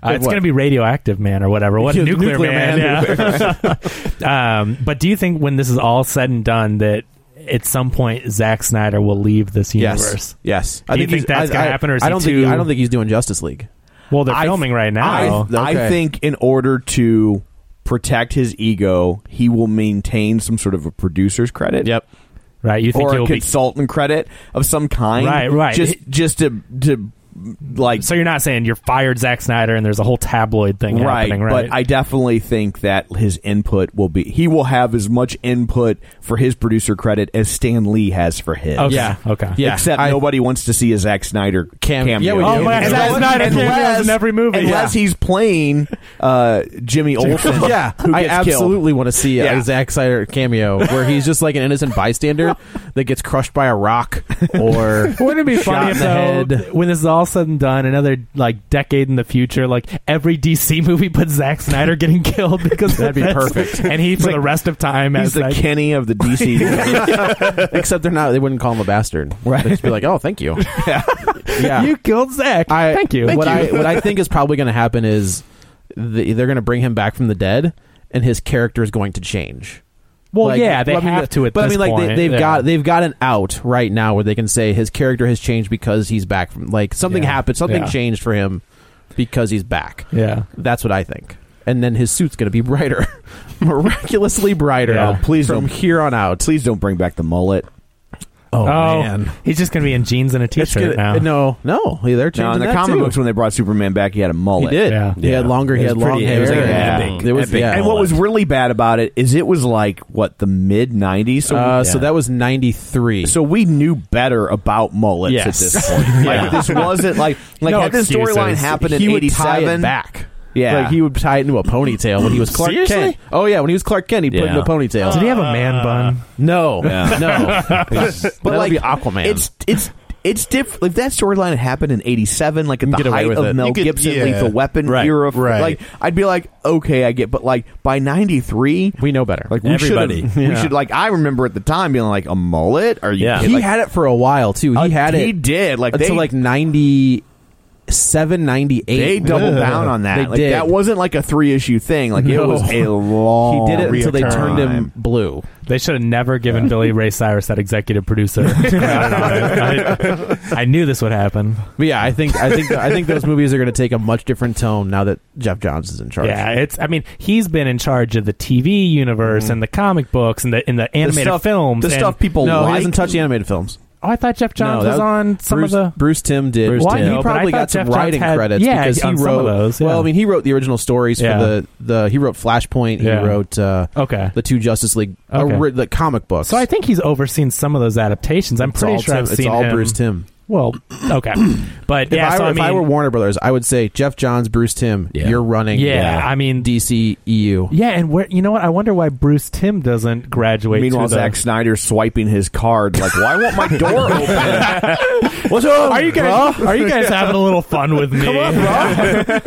[SPEAKER 4] Uh, it's
[SPEAKER 3] what?
[SPEAKER 4] going to be radioactive man or whatever. What
[SPEAKER 3] Yeah,
[SPEAKER 4] nuclear,
[SPEAKER 3] [LAUGHS] nuclear
[SPEAKER 4] man?
[SPEAKER 3] [LAUGHS]
[SPEAKER 4] yeah. [LAUGHS] um, but do you think when this is all said and done that at some point Zack Snyder will leave this
[SPEAKER 3] yes.
[SPEAKER 4] universe?
[SPEAKER 3] Yes.
[SPEAKER 4] Do you think
[SPEAKER 3] he's-
[SPEAKER 4] that's
[SPEAKER 3] I-
[SPEAKER 4] gonna
[SPEAKER 3] I-
[SPEAKER 4] happen, or is
[SPEAKER 3] I
[SPEAKER 4] he
[SPEAKER 3] don't
[SPEAKER 4] too-
[SPEAKER 3] think I don't think he's doing Justice League.
[SPEAKER 4] Well, they're
[SPEAKER 2] I-
[SPEAKER 4] filming right
[SPEAKER 2] I,
[SPEAKER 4] now.
[SPEAKER 2] I
[SPEAKER 3] okay.
[SPEAKER 2] think in order to protect his ego, he will maintain some sort of a producer's credit.
[SPEAKER 3] Yep.
[SPEAKER 4] right? You think
[SPEAKER 2] or
[SPEAKER 4] he'll
[SPEAKER 2] a
[SPEAKER 4] be
[SPEAKER 2] consultant credit of some kind.
[SPEAKER 4] Right, right.
[SPEAKER 2] Just just to to like
[SPEAKER 4] So you're not saying you're fired Zack Snyder and there's a whole tabloid thing
[SPEAKER 2] right,
[SPEAKER 4] happening, right?
[SPEAKER 2] But I definitely think that his input will be he will have as much input for his producer credit as Stan Lee has for his.
[SPEAKER 4] Okay. Yeah. Okay.
[SPEAKER 3] Yeah.
[SPEAKER 2] Except
[SPEAKER 3] I-
[SPEAKER 2] nobody wants to see a Zack Snyder
[SPEAKER 3] Cam-
[SPEAKER 2] cameo.
[SPEAKER 3] Yeah, we do. Oh, but
[SPEAKER 2] Unless-
[SPEAKER 4] Zack Snyder
[SPEAKER 2] unless-
[SPEAKER 4] cameos in every movie.
[SPEAKER 2] Unless he's playing uh,
[SPEAKER 4] [LAUGHS]
[SPEAKER 2] Jimmy Olsen.
[SPEAKER 3] yeah,
[SPEAKER 2] who
[SPEAKER 3] I
[SPEAKER 2] gets killed.
[SPEAKER 3] absolutely want to see a
[SPEAKER 2] Yeah.
[SPEAKER 3] Zack Snyder cameo where he's just like an innocent bystander that gets crushed by a rock
[SPEAKER 4] [LAUGHS]
[SPEAKER 3] or
[SPEAKER 4] Wouldn't it be funny if
[SPEAKER 3] shot in the
[SPEAKER 4] though,
[SPEAKER 3] head.
[SPEAKER 4] when this is all said and done, another like decade in the future, like every DC movie puts Zack Snyder getting killed because that'd
[SPEAKER 3] be perfect.
[SPEAKER 4] and he for the rest of time
[SPEAKER 2] He's
[SPEAKER 4] as
[SPEAKER 2] the
[SPEAKER 4] like,
[SPEAKER 2] Kenny of the
[SPEAKER 4] [LAUGHS]
[SPEAKER 2] DC. universe.
[SPEAKER 3] Except they're not. They wouldn't call him a bastard. Right. They'd just be like, "Oh, thank you." Yeah. yeah.
[SPEAKER 4] you killed Zack. [LAUGHS]
[SPEAKER 3] I,
[SPEAKER 4] Thank you.
[SPEAKER 3] What I what I think is probably going to happen is the, they're going to bring him back from the dead, and his character is going to change.
[SPEAKER 4] well,
[SPEAKER 3] Like,
[SPEAKER 4] yeah, they
[SPEAKER 3] I mean,
[SPEAKER 4] have to at this
[SPEAKER 3] but I mean, like
[SPEAKER 4] point.
[SPEAKER 3] They, they've
[SPEAKER 4] Yeah.
[SPEAKER 3] got they've got an out right now where they can say his character has changed because he's back from like something
[SPEAKER 4] Yeah.
[SPEAKER 3] happened, something
[SPEAKER 4] Yeah.
[SPEAKER 3] changed for him because he's back.
[SPEAKER 4] yeah.
[SPEAKER 3] That's what I think. And then his suit's going to be brighter, [LAUGHS] miraculously brighter.
[SPEAKER 4] Yeah. Oh,
[SPEAKER 2] please
[SPEAKER 3] from
[SPEAKER 2] don't.
[SPEAKER 3] here on out.
[SPEAKER 2] Please don't bring back the mullet.
[SPEAKER 3] Oh,
[SPEAKER 4] Oh, he's just gonna be in jeans and a
[SPEAKER 3] It's
[SPEAKER 4] t-shirt now.
[SPEAKER 3] gonna- no, no, they're changing
[SPEAKER 2] Now, in the
[SPEAKER 3] that
[SPEAKER 2] comic
[SPEAKER 3] too.
[SPEAKER 2] books, when they brought Superman back, he had a
[SPEAKER 3] He
[SPEAKER 2] mullet.
[SPEAKER 3] did.
[SPEAKER 4] Yeah.
[SPEAKER 3] He had longer. He
[SPEAKER 6] It
[SPEAKER 3] had
[SPEAKER 6] was
[SPEAKER 3] long
[SPEAKER 6] pretty-
[SPEAKER 3] hair.
[SPEAKER 6] it was like an
[SPEAKER 3] yeah.
[SPEAKER 6] epic-
[SPEAKER 3] There was,
[SPEAKER 6] epic
[SPEAKER 3] yeah.
[SPEAKER 2] And what was really bad about it is it was like what the mid '90s. So,
[SPEAKER 3] Uh, So
[SPEAKER 6] Yeah.
[SPEAKER 3] that was ninety three.
[SPEAKER 2] so we knew better about mullets at
[SPEAKER 4] Yes.
[SPEAKER 2] this point. Like this wasn't like like
[SPEAKER 4] No
[SPEAKER 2] had this
[SPEAKER 4] excuses.
[SPEAKER 2] storyline happened in
[SPEAKER 3] he would tie it
[SPEAKER 2] '87.
[SPEAKER 3] back.
[SPEAKER 2] Yeah.
[SPEAKER 3] like he would tie it into a ponytail when he was Clark
[SPEAKER 4] Seriously?
[SPEAKER 3] Kent. Oh yeah, when he was Clark Kent, he put it into a
[SPEAKER 6] Yeah.
[SPEAKER 3] ponytail.
[SPEAKER 4] Did he have a
[SPEAKER 3] Uh,
[SPEAKER 4] man bun?
[SPEAKER 3] no, no.
[SPEAKER 2] [LAUGHS] but
[SPEAKER 3] That'll
[SPEAKER 2] like
[SPEAKER 3] be Aquaman.
[SPEAKER 2] It's it's. It's different. If that storyline had happened in '87, like at
[SPEAKER 3] Get
[SPEAKER 2] the
[SPEAKER 3] away
[SPEAKER 2] height
[SPEAKER 3] with
[SPEAKER 2] of
[SPEAKER 3] it.
[SPEAKER 2] Mel
[SPEAKER 5] You could-
[SPEAKER 2] Gibson
[SPEAKER 5] yeah.
[SPEAKER 2] Lethal Weapon
[SPEAKER 6] Right,
[SPEAKER 2] era,
[SPEAKER 5] right.
[SPEAKER 2] like I'd be like, okay, I get. But like by '93,
[SPEAKER 3] we know better.
[SPEAKER 2] like we
[SPEAKER 6] Everybody.
[SPEAKER 2] should've- we should like. I remember at the time being like, a mullet? Are you?
[SPEAKER 6] Yeah.
[SPEAKER 2] kidding?
[SPEAKER 3] he
[SPEAKER 2] Like,
[SPEAKER 3] had it for a while too. He
[SPEAKER 2] uh,
[SPEAKER 3] had
[SPEAKER 2] He
[SPEAKER 3] it
[SPEAKER 2] did. Like
[SPEAKER 3] until
[SPEAKER 2] they
[SPEAKER 3] like 97, 98.
[SPEAKER 2] they doubled
[SPEAKER 3] Ugh.
[SPEAKER 2] down on that.
[SPEAKER 3] They
[SPEAKER 2] like,
[SPEAKER 3] did.
[SPEAKER 2] That wasn't like a three issue thing. Like
[SPEAKER 3] No.
[SPEAKER 2] it [LAUGHS] was a long.
[SPEAKER 3] he did it until they
[SPEAKER 2] reoccurring
[SPEAKER 3] turned him
[SPEAKER 2] time.
[SPEAKER 3] blue.
[SPEAKER 4] They should have never given Billy Ray Cyrus that executive [LAUGHS] producer. credit on it. I, I knew this would happen.
[SPEAKER 3] But yeah, I think I think I think those movies are going to take a much different tone now that Jeff Johns is in charge.
[SPEAKER 4] Yeah, it's. I mean, he's been in charge of the TV universe
[SPEAKER 3] Mm-hmm.
[SPEAKER 4] and the comic books and the in the
[SPEAKER 2] The
[SPEAKER 4] animated
[SPEAKER 2] stuff,
[SPEAKER 4] films.
[SPEAKER 2] the
[SPEAKER 4] and-
[SPEAKER 2] stuff people
[SPEAKER 3] no,
[SPEAKER 2] like.
[SPEAKER 3] he hasn't touched the animated films.
[SPEAKER 4] Oh, I thought Jeff Johns
[SPEAKER 3] No, that
[SPEAKER 4] was on some
[SPEAKER 3] Bruce,
[SPEAKER 4] of the.
[SPEAKER 3] Bruce Tim did.
[SPEAKER 6] Bruce
[SPEAKER 3] Well,
[SPEAKER 6] Timm.
[SPEAKER 3] He
[SPEAKER 4] No, but I
[SPEAKER 3] probably
[SPEAKER 4] thought
[SPEAKER 3] got some
[SPEAKER 4] Jeff Johns
[SPEAKER 3] writing
[SPEAKER 4] had-
[SPEAKER 3] credits
[SPEAKER 4] yeah,
[SPEAKER 3] because he
[SPEAKER 4] on some of
[SPEAKER 3] wrote.
[SPEAKER 4] those,
[SPEAKER 3] Well,
[SPEAKER 4] yeah.
[SPEAKER 3] I mean, he wrote the original stories
[SPEAKER 4] Yeah.
[SPEAKER 3] for the the. He wrote Flashpoint.
[SPEAKER 4] Yeah.
[SPEAKER 3] He wrote uh,
[SPEAKER 4] Okay.
[SPEAKER 3] the two Justice League uh,
[SPEAKER 4] Okay.
[SPEAKER 3] ri- the comic books.
[SPEAKER 4] So I think he's overseen some of those adaptations. I'm
[SPEAKER 3] it's
[SPEAKER 4] pretty
[SPEAKER 3] all
[SPEAKER 4] sure
[SPEAKER 3] Tim,
[SPEAKER 4] I've
[SPEAKER 3] it's
[SPEAKER 4] seen
[SPEAKER 3] all
[SPEAKER 4] him.
[SPEAKER 3] Bruce Tim.
[SPEAKER 4] Well,
[SPEAKER 3] [CLEARS THROAT]
[SPEAKER 4] okay, but yeah,
[SPEAKER 3] if, I,
[SPEAKER 4] so
[SPEAKER 3] were,
[SPEAKER 4] I
[SPEAKER 3] if I
[SPEAKER 4] mean-
[SPEAKER 3] were Warner Brothers, I would say Jeff Johns, Bruce Tim.
[SPEAKER 6] Yeah.
[SPEAKER 3] You're running.
[SPEAKER 4] yeah, I mean,
[SPEAKER 3] DC
[SPEAKER 4] [LAUGHS]
[SPEAKER 3] EU.
[SPEAKER 4] yeah, and where you know what? I wonder why Bruce Tim doesn't graduate.
[SPEAKER 2] Meanwhile,
[SPEAKER 4] to the,
[SPEAKER 2] Zack Snyder swiping his card. Like, why won't my [LAUGHS] door open?
[SPEAKER 4] What's up? Oh, Are you guys are you
[SPEAKER 3] [LAUGHS]
[SPEAKER 4] guys having a little fun with me?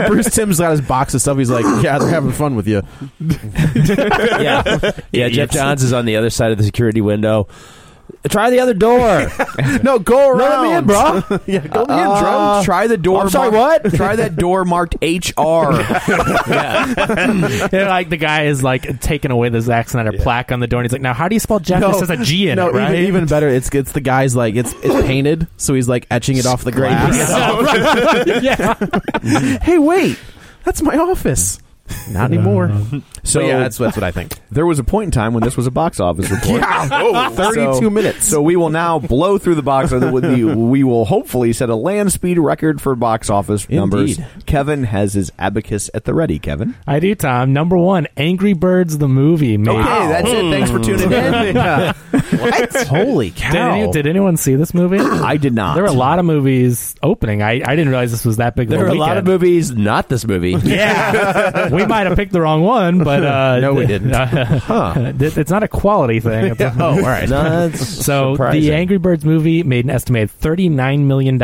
[SPEAKER 3] Bruce Tim's got his box of stuff. He's like, yeah, they're having fun with you.
[SPEAKER 6] yeah, yeah. Jeff Johns is on the other side of the security window. Try the other door.
[SPEAKER 2] no, go around.
[SPEAKER 6] let me in, bro.
[SPEAKER 2] [LAUGHS] yeah, go me
[SPEAKER 6] Uh,
[SPEAKER 2] in, bro. Try the door.
[SPEAKER 6] I'm sorry,
[SPEAKER 2] marked- Try that door marked [LAUGHS] HR.
[SPEAKER 4] [LAUGHS] And, like the guy is like taking away the Zack Snyder plaque on the door, and he's like, "Now, how do you spell Jeff?
[SPEAKER 3] No.
[SPEAKER 4] this has a G in
[SPEAKER 3] no,
[SPEAKER 4] it, right?"
[SPEAKER 3] even, even better, it's it's the guy's like it's it's painted, so he's like etching it off the glass.
[SPEAKER 4] [LAUGHS] yeah.
[SPEAKER 3] hey, wait, that's my office. Not anymore.
[SPEAKER 2] So
[SPEAKER 3] But yeah,
[SPEAKER 6] oh.
[SPEAKER 3] that's,
[SPEAKER 6] [LAUGHS]
[SPEAKER 3] that's what I think.
[SPEAKER 2] there was a point in time when this was a box office report. [LAUGHS]
[SPEAKER 3] Thirty-two
[SPEAKER 2] So-
[SPEAKER 3] minutes.
[SPEAKER 2] So we will now blow through the box office. With the, we will hopefully set a land speed record for box office numbers.
[SPEAKER 3] Indeed.
[SPEAKER 2] Kevin has his abacus at the ready. Kevin.
[SPEAKER 4] I do, Tom. Number one, Angry Birds the movie. Made.
[SPEAKER 2] Okay, that's it. Thanks for tuning
[SPEAKER 4] [LAUGHS]
[SPEAKER 2] in.
[SPEAKER 3] Holy
[SPEAKER 4] Did,
[SPEAKER 3] cow!
[SPEAKER 4] any, did anyone see this
[SPEAKER 6] [CLEARS THROAT]
[SPEAKER 4] movie?
[SPEAKER 2] I did not.
[SPEAKER 4] There were a lot of movies opening. I, I didn't realize this was that big.
[SPEAKER 6] There
[SPEAKER 4] of
[SPEAKER 6] were
[SPEAKER 4] a
[SPEAKER 6] a lot of
[SPEAKER 4] weekend.
[SPEAKER 6] movies, not this movie.
[SPEAKER 3] [LAUGHS]
[SPEAKER 4] Yeah, [LAUGHS] we might have picked the wrong one, but uh,
[SPEAKER 3] No, we
[SPEAKER 4] [LAUGHS]
[SPEAKER 3] didn't.
[SPEAKER 4] huh. It's not a quality thing.
[SPEAKER 3] [LAUGHS]
[SPEAKER 4] [LAUGHS]
[SPEAKER 3] oh, all right.
[SPEAKER 6] That's
[SPEAKER 4] So
[SPEAKER 6] surprising.
[SPEAKER 4] the Angry Birds movie made an estimated $39 million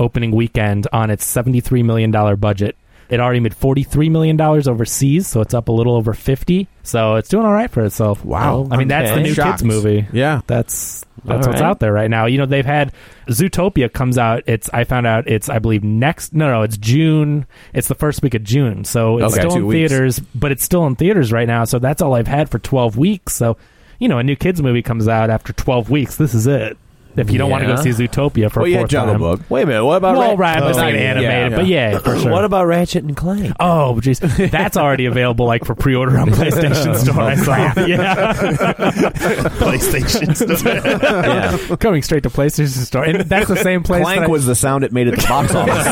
[SPEAKER 4] opening weekend on its $73 million budget. It already made $43 million overseas, so it's up a little over 50. So it's doing all right for itself.
[SPEAKER 3] Wow.
[SPEAKER 4] I mean, that's
[SPEAKER 6] Okay.
[SPEAKER 4] the new
[SPEAKER 3] Shocked.
[SPEAKER 4] kids movie.
[SPEAKER 3] Yeah.
[SPEAKER 4] That's that's
[SPEAKER 6] All
[SPEAKER 4] what's
[SPEAKER 6] right.
[SPEAKER 4] out there right now. You know, they've had Zootopia comes out. It's I found out it's I believe next no no, it's June. It's the first week of June. So it's
[SPEAKER 3] Okay,
[SPEAKER 4] still
[SPEAKER 3] two
[SPEAKER 4] in
[SPEAKER 3] weeks.
[SPEAKER 4] theaters, but it's still in theaters right now. So that's all I've had for 12 weeks. So, you know, a new kids movie comes out after 12 weeks. This is it. if you don't want to go
[SPEAKER 6] Yeah.
[SPEAKER 4] see Zootopia for
[SPEAKER 2] Well,
[SPEAKER 4] a
[SPEAKER 2] Oh, yeah,
[SPEAKER 4] fourth
[SPEAKER 2] Jungle
[SPEAKER 4] time.
[SPEAKER 2] Book. Wait a minute. What about
[SPEAKER 4] Well,
[SPEAKER 2] Rat-
[SPEAKER 4] right, but it's
[SPEAKER 5] Oh,
[SPEAKER 4] not
[SPEAKER 5] yeah,
[SPEAKER 4] animated, but yeah,
[SPEAKER 6] [CLEARS THROAT]
[SPEAKER 4] for sure.
[SPEAKER 6] What about Ratchet and Clank?
[SPEAKER 4] Oh, jeez, that's already available like for pre-order on PlayStation Store. I saw. Yeah,
[SPEAKER 5] PlayStation stuff.
[SPEAKER 4] coming straight to PlayStation Store, and that's the same place. that
[SPEAKER 2] Clank
[SPEAKER 4] I-
[SPEAKER 2] was the sound it made at the box office.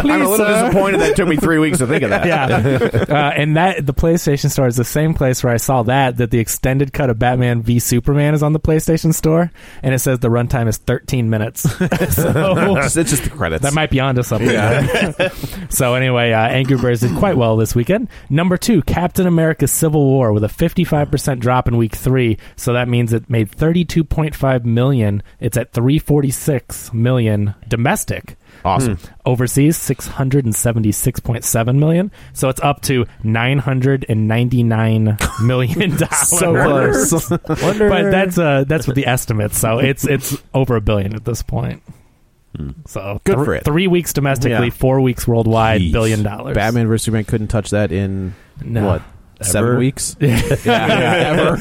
[SPEAKER 4] Please,
[SPEAKER 2] I'm a little
[SPEAKER 4] sir.
[SPEAKER 2] disappointed that it took me three weeks to think of that.
[SPEAKER 4] [LAUGHS] yeah. Uh, and that the PlayStation Store is the same place where I saw that that the extended cut of Batman v Superman is on the PlayStation Store, and it says the runtime is 13 minutes. [LAUGHS] so
[SPEAKER 2] It's, it's just the credits.
[SPEAKER 4] that might be onto something. [LAUGHS] so anyway, uh, Angry Birds did quite well this weekend. Number two, Captain America: Civil War with a 55% drop in week three. So that means it made 32.5 million. It's at 346 million domestic. Hmm.
[SPEAKER 3] Awesome.
[SPEAKER 4] Overseas, 676.7 million. So it's up to 999 million [LAUGHS] dollars.
[SPEAKER 2] So close. [LAUGHS]
[SPEAKER 4] but that's uh that's what the estimate. So it's it's over a billion at this point.
[SPEAKER 2] Hmm.
[SPEAKER 4] So
[SPEAKER 3] Good
[SPEAKER 4] thr-
[SPEAKER 3] for it.
[SPEAKER 4] Three weeks domestically,
[SPEAKER 3] Yeah.
[SPEAKER 4] four weeks worldwide,
[SPEAKER 6] Jeez.
[SPEAKER 4] billion dollars.
[SPEAKER 3] Batman vs Superman couldn't touch that in
[SPEAKER 4] No.
[SPEAKER 3] what seven
[SPEAKER 6] Ever?
[SPEAKER 3] weeks. [LAUGHS]
[SPEAKER 4] yeah.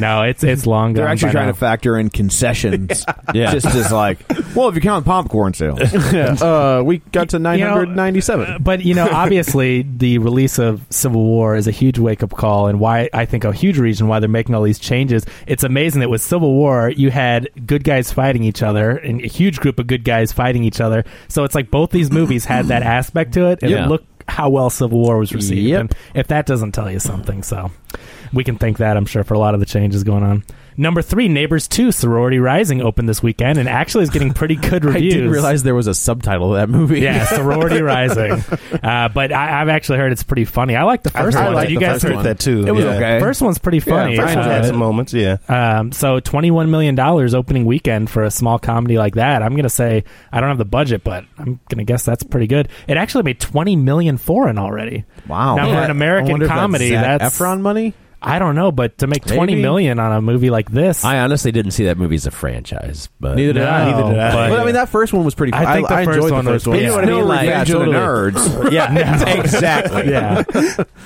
[SPEAKER 4] No, it's it's long
[SPEAKER 2] They're
[SPEAKER 4] gone
[SPEAKER 2] actually
[SPEAKER 4] by
[SPEAKER 2] trying
[SPEAKER 4] now.
[SPEAKER 2] to factor in concessions.
[SPEAKER 6] Yeah.
[SPEAKER 2] Just as like, well, if you count popcorn sales.
[SPEAKER 3] uh, we got to nine
[SPEAKER 4] know, uh,
[SPEAKER 3] hundred ninety-seven.
[SPEAKER 4] but you know, obviously, [LAUGHS] the release of Civil War is a huge wake up call, and why I think a huge reason why they're making all these changes. It's amazing that with Civil War, you had good guys fighting each other, and a huge group of good guys fighting each other. So it's like both these movies had
[SPEAKER 3] [CLEARS THROAT]
[SPEAKER 4] that aspect to it, and
[SPEAKER 6] Yeah.
[SPEAKER 4] look how well Civil War was received.
[SPEAKER 3] Yep.
[SPEAKER 4] And if that doesn't tell you something, so we can thank that, I'm sure, for a lot of the changes going on. Number three, Neighbors 2, Sorority Rising opened this weekend and actually is getting
[SPEAKER 3] [LAUGHS]
[SPEAKER 4] pretty good
[SPEAKER 3] I
[SPEAKER 4] reviews.
[SPEAKER 3] didn't realize there was a subtitle of that movie.
[SPEAKER 4] [LAUGHS] Yeah, sorority rising. Uh, but I, I've actually heard it's pretty funny. I like the
[SPEAKER 5] I
[SPEAKER 4] first one.
[SPEAKER 5] like
[SPEAKER 4] Did you
[SPEAKER 5] the
[SPEAKER 4] guys
[SPEAKER 5] first
[SPEAKER 4] heard
[SPEAKER 5] one. that too. It was
[SPEAKER 4] The first one's pretty funny. Uh,
[SPEAKER 5] First one had some moments, yeah.
[SPEAKER 4] um, so twenty-one million dollars opening weekend for a small comedy like that. I'm gonna say I don't have the budget, but I'm gonna guess that's pretty good. It actually made twenty million foreign already.
[SPEAKER 2] [LAUGHS] Wow.
[SPEAKER 4] Now for an
[SPEAKER 3] I
[SPEAKER 4] American
[SPEAKER 3] wonder if
[SPEAKER 4] comedy,
[SPEAKER 3] that's, Zac
[SPEAKER 4] that's
[SPEAKER 3] Efron money.
[SPEAKER 4] I don't know, but to make
[SPEAKER 3] Maybe.
[SPEAKER 4] twenty million on a movie like this,
[SPEAKER 6] I honestly didn't see that movie as a franchise, but
[SPEAKER 3] Neither did
[SPEAKER 4] No,
[SPEAKER 3] I.
[SPEAKER 4] Neither did I.
[SPEAKER 3] But,
[SPEAKER 4] but-
[SPEAKER 3] I mean, that first one was pretty.
[SPEAKER 4] I think the
[SPEAKER 3] I,
[SPEAKER 4] first
[SPEAKER 3] enjoyed
[SPEAKER 4] one
[SPEAKER 3] the
[SPEAKER 4] was
[SPEAKER 3] first one.
[SPEAKER 4] pretty-
[SPEAKER 3] yeah,
[SPEAKER 4] Yeah.
[SPEAKER 2] You know what I mean?
[SPEAKER 6] No,
[SPEAKER 2] Like,
[SPEAKER 6] yeah,
[SPEAKER 2] Revenge of the nerds.
[SPEAKER 4] yeah, no.
[SPEAKER 2] exactly.
[SPEAKER 4] yeah,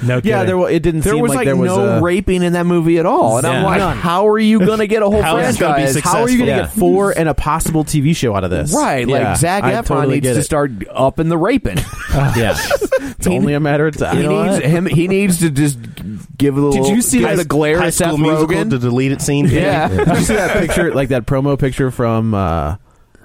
[SPEAKER 4] no, kidding.
[SPEAKER 3] yeah, there wa- it didn't
[SPEAKER 2] There
[SPEAKER 3] seem
[SPEAKER 2] was
[SPEAKER 3] like,
[SPEAKER 2] like,
[SPEAKER 3] there was
[SPEAKER 2] no
[SPEAKER 3] a,
[SPEAKER 2] raping in that movie at all, and I'm
[SPEAKER 6] Yeah.
[SPEAKER 2] like,
[SPEAKER 6] None.
[SPEAKER 2] how are you going to get a whole
[SPEAKER 5] How is
[SPEAKER 2] franchise?
[SPEAKER 5] it gonna be
[SPEAKER 2] How are you going to
[SPEAKER 3] Yeah.
[SPEAKER 2] get
[SPEAKER 3] four and a possible TV show out of this?
[SPEAKER 2] right?
[SPEAKER 3] Yeah,
[SPEAKER 2] like Zach
[SPEAKER 3] I
[SPEAKER 2] Efron
[SPEAKER 3] totally
[SPEAKER 2] needs
[SPEAKER 3] get
[SPEAKER 2] to
[SPEAKER 3] it.
[SPEAKER 2] start up in the raping.
[SPEAKER 6] yeah.
[SPEAKER 3] [LAUGHS] It's only a matter of time.
[SPEAKER 2] he needs him. He needs to just give a little.
[SPEAKER 3] Did you see
[SPEAKER 2] give
[SPEAKER 3] that
[SPEAKER 2] the glare
[SPEAKER 5] High
[SPEAKER 2] at Seth
[SPEAKER 5] School Musical, the
[SPEAKER 2] Rogen?
[SPEAKER 5] deleted scene.
[SPEAKER 2] Yeah.
[SPEAKER 3] Did you see that picture, like that promo picture from uh,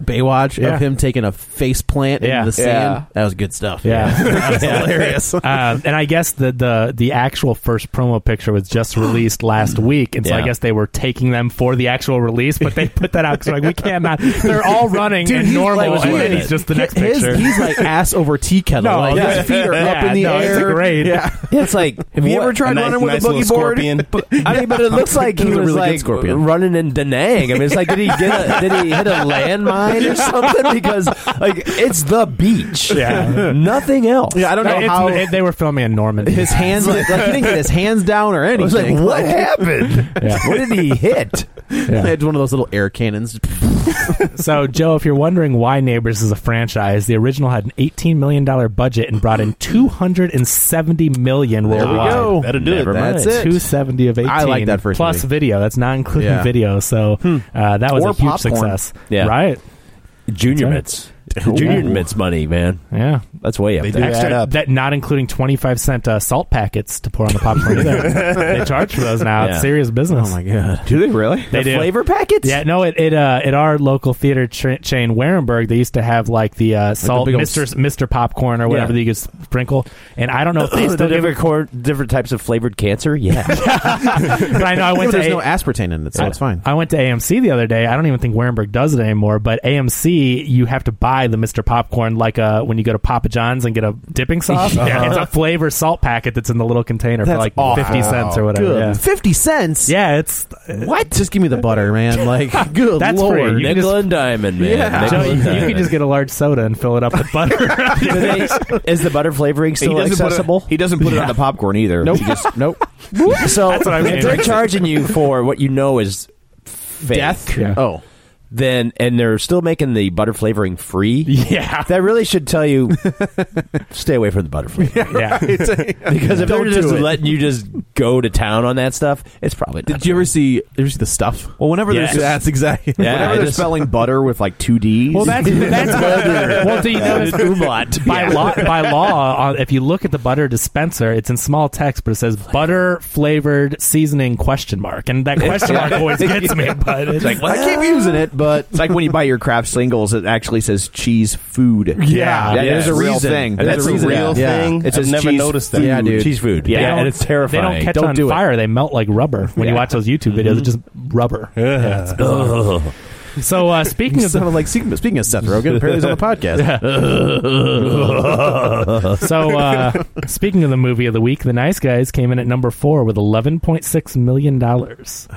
[SPEAKER 3] Baywatch
[SPEAKER 4] Yeah.
[SPEAKER 3] of him taking a face plant
[SPEAKER 4] Yeah.
[SPEAKER 3] into the sand?
[SPEAKER 2] Yeah.
[SPEAKER 3] That was good stuff.
[SPEAKER 4] Yeah.
[SPEAKER 3] that's hilarious.
[SPEAKER 4] um, and I guess the, the the actual first promo picture was just released last
[SPEAKER 3] Mm-hmm.
[SPEAKER 4] week, and so I
[SPEAKER 6] Yeah.
[SPEAKER 4] guess they were taking them for the actual release, but they put that out because like we can't
[SPEAKER 3] [LAUGHS]
[SPEAKER 4] not. They're all running and normal, and then he's just the next
[SPEAKER 3] His-
[SPEAKER 4] picture.
[SPEAKER 3] He's like ass over tea kettle.
[SPEAKER 4] [LAUGHS] No,
[SPEAKER 3] like
[SPEAKER 4] yeah.
[SPEAKER 3] his feet
[SPEAKER 4] [LAUGHS]
[SPEAKER 3] are up
[SPEAKER 4] Yeah,
[SPEAKER 3] in the
[SPEAKER 4] no, it's
[SPEAKER 3] air.
[SPEAKER 4] great.
[SPEAKER 3] Yeah.
[SPEAKER 6] It's like
[SPEAKER 2] Have you
[SPEAKER 6] what-
[SPEAKER 2] ever tried
[SPEAKER 5] A nice,
[SPEAKER 2] running with
[SPEAKER 5] nice
[SPEAKER 2] a
[SPEAKER 5] little
[SPEAKER 2] boogie board?
[SPEAKER 5] scorpion.
[SPEAKER 6] I mean, but it looks like he
[SPEAKER 3] It
[SPEAKER 6] was,
[SPEAKER 3] was a really good
[SPEAKER 6] like
[SPEAKER 3] scorpion.
[SPEAKER 6] running in Da Nang. I mean, it's like did he get a, did he hit a landmine or something? Because like it's the beach,
[SPEAKER 4] Yeah.
[SPEAKER 6] nothing else.
[SPEAKER 3] Yeah, I don't know
[SPEAKER 4] It's-
[SPEAKER 3] how
[SPEAKER 4] it- they were filming in Normandy.
[SPEAKER 3] his hands like, like he didn't get his hands down or
[SPEAKER 6] I was like,
[SPEAKER 3] anything.
[SPEAKER 6] what happened?
[SPEAKER 4] Yeah.
[SPEAKER 6] What did he hit?
[SPEAKER 3] They had one of those little air cannons.
[SPEAKER 4] so, Joe, if you're wondering why Neighbors is a franchise, the original had an 18 million dollar budget and
[SPEAKER 3] [GASPS]
[SPEAKER 4] brought in 270 million
[SPEAKER 3] There we
[SPEAKER 4] worldwide.
[SPEAKER 3] go.
[SPEAKER 5] That'll do it.
[SPEAKER 3] That's it.
[SPEAKER 4] 270 of 18
[SPEAKER 3] I like that first
[SPEAKER 4] plus
[SPEAKER 3] movie.
[SPEAKER 4] video that's not including
[SPEAKER 3] Yeah.
[SPEAKER 4] video so uh, that was
[SPEAKER 2] Or
[SPEAKER 4] a huge
[SPEAKER 2] popcorn.
[SPEAKER 4] success
[SPEAKER 6] Yeah.
[SPEAKER 4] right
[SPEAKER 6] Junior
[SPEAKER 4] That's
[SPEAKER 6] mitts, junior mitts money, man.
[SPEAKER 4] yeah
[SPEAKER 6] That's way up
[SPEAKER 5] They do
[SPEAKER 6] there.
[SPEAKER 5] add
[SPEAKER 4] Extra,
[SPEAKER 5] up.
[SPEAKER 4] that not including 25 cent uh, salt packets to pour on the popcorn either. they charge for those now
[SPEAKER 6] Yeah.
[SPEAKER 4] it's serious business
[SPEAKER 3] god.
[SPEAKER 2] Do they really?
[SPEAKER 4] They
[SPEAKER 6] The
[SPEAKER 4] do.
[SPEAKER 6] flavor packets.
[SPEAKER 4] yeah, no, it, it uh, at our local theater tra- chain, Warenberg, they used to have like the uh, salt
[SPEAKER 3] big old
[SPEAKER 4] Mister Mister Popcorn or whatever
[SPEAKER 6] Yeah.
[SPEAKER 4] that you could sprinkle. And I don't know if
[SPEAKER 6] [COUGHS]
[SPEAKER 4] they
[SPEAKER 6] the
[SPEAKER 4] still give
[SPEAKER 6] different
[SPEAKER 4] it,
[SPEAKER 6] cor- different types of flavored cancer.
[SPEAKER 3] [LAUGHS]
[SPEAKER 6] Yeah,
[SPEAKER 4] but I know I
[SPEAKER 3] Yeah,
[SPEAKER 4] went to
[SPEAKER 3] but [LAUGHS] there's
[SPEAKER 4] a-
[SPEAKER 3] no aspartame in it, so it's fine.
[SPEAKER 4] I went to AMC the other day. I don't even think Warenberg does it anymore, but AMC, you have to buy the Mr. Popcorn like uh, when you go to Papa John's and get a dipping sauce.
[SPEAKER 3] [LAUGHS]
[SPEAKER 4] It's a flavor salt packet that's in the little container for
[SPEAKER 3] Uh-huh.
[SPEAKER 4] like
[SPEAKER 3] That's awful.
[SPEAKER 4] 50 cents or whatever.
[SPEAKER 3] Good.
[SPEAKER 4] Yeah.
[SPEAKER 3] Fifty cents.
[SPEAKER 4] Yeah, it's.
[SPEAKER 3] What? Just give me the butter, [LAUGHS] man. Like, good
[SPEAKER 4] That's
[SPEAKER 3] lord.
[SPEAKER 4] free. You can
[SPEAKER 6] nickel and diamond, man.
[SPEAKER 3] Yeah.
[SPEAKER 4] [LAUGHS]
[SPEAKER 6] Nickel
[SPEAKER 4] Joe,
[SPEAKER 6] and
[SPEAKER 4] you, you
[SPEAKER 6] diamond.
[SPEAKER 4] can just get a large soda and fill it up
[SPEAKER 3] [LAUGHS]
[SPEAKER 4] with butter.
[SPEAKER 6] Do they- [LAUGHS] is the butter flavoring still
[SPEAKER 2] doesn't put it-
[SPEAKER 6] accessible?
[SPEAKER 2] He [LAUGHS] doesn't put it on the popcorn either.
[SPEAKER 3] Nope.
[SPEAKER 2] He just-
[SPEAKER 3] [LAUGHS] nope.
[SPEAKER 6] so
[SPEAKER 4] what I mean.
[SPEAKER 6] if they're charging you for what you know is fake,
[SPEAKER 3] Death.
[SPEAKER 4] Yeah.
[SPEAKER 3] Oh.
[SPEAKER 6] then and they're still making the butter flavoring free.
[SPEAKER 4] Yeah.
[SPEAKER 6] That really should tell you stay away from the butter flavoring.
[SPEAKER 4] [LAUGHS]
[SPEAKER 3] [LAUGHS]
[SPEAKER 4] Yeah.
[SPEAKER 6] Because if
[SPEAKER 3] Don't
[SPEAKER 6] they're just
[SPEAKER 3] do it.
[SPEAKER 6] letting you just go to town on that stuff, it's probably not.
[SPEAKER 3] Did you ever see? Did you ever see the stuff?
[SPEAKER 2] Well, whenever
[SPEAKER 6] Yes.
[SPEAKER 2] there's
[SPEAKER 3] That's exactly. [LAUGHS]
[SPEAKER 6] Yeah,
[SPEAKER 2] whenever
[SPEAKER 6] I
[SPEAKER 2] they're
[SPEAKER 6] just-
[SPEAKER 2] spelling butter with like two D's,
[SPEAKER 4] Well, that's
[SPEAKER 6] [LAUGHS]
[SPEAKER 4] that's well. Do you notice umlaut by law? By law, uh, if you look at the butter dispenser, it's in small text, but it says butter flavored seasoning question mark, and that question
[SPEAKER 3] [LAUGHS]
[SPEAKER 4] mark always gets me. But it's like
[SPEAKER 2] I keep using it, but it's like when you buy your craft singles, it actually says cheese food.
[SPEAKER 4] Yeah,
[SPEAKER 2] that
[SPEAKER 6] yeah.
[SPEAKER 2] is a real
[SPEAKER 6] Reason.
[SPEAKER 2] thing.
[SPEAKER 6] That
[SPEAKER 5] That's
[SPEAKER 6] is
[SPEAKER 5] a
[SPEAKER 6] reason.
[SPEAKER 5] real
[SPEAKER 6] Yeah.
[SPEAKER 5] thing.
[SPEAKER 2] It
[SPEAKER 5] I've
[SPEAKER 2] says
[SPEAKER 5] never
[SPEAKER 2] cheese
[SPEAKER 5] noticed that.
[SPEAKER 2] food. Yeah, dude.
[SPEAKER 6] cheese food.
[SPEAKER 4] They
[SPEAKER 6] Yeah,
[SPEAKER 4] don't-
[SPEAKER 6] and it's
[SPEAKER 4] They
[SPEAKER 6] terrifying.
[SPEAKER 4] don't catch on
[SPEAKER 2] do it.
[SPEAKER 4] fire; they melt like rubber. When you watch those YouTube videos, it's just rubber. Yeah, it's bizarre. so uh, speaking
[SPEAKER 3] You
[SPEAKER 4] of the
[SPEAKER 3] [LAUGHS] sounded like speaking speaking of Seth [LAUGHS] Rogen. Apparently, he's on the podcast.
[SPEAKER 4] So, uh, speaking of the movie of the week, The Nice Guys came in at number four with eleven point six million dollars.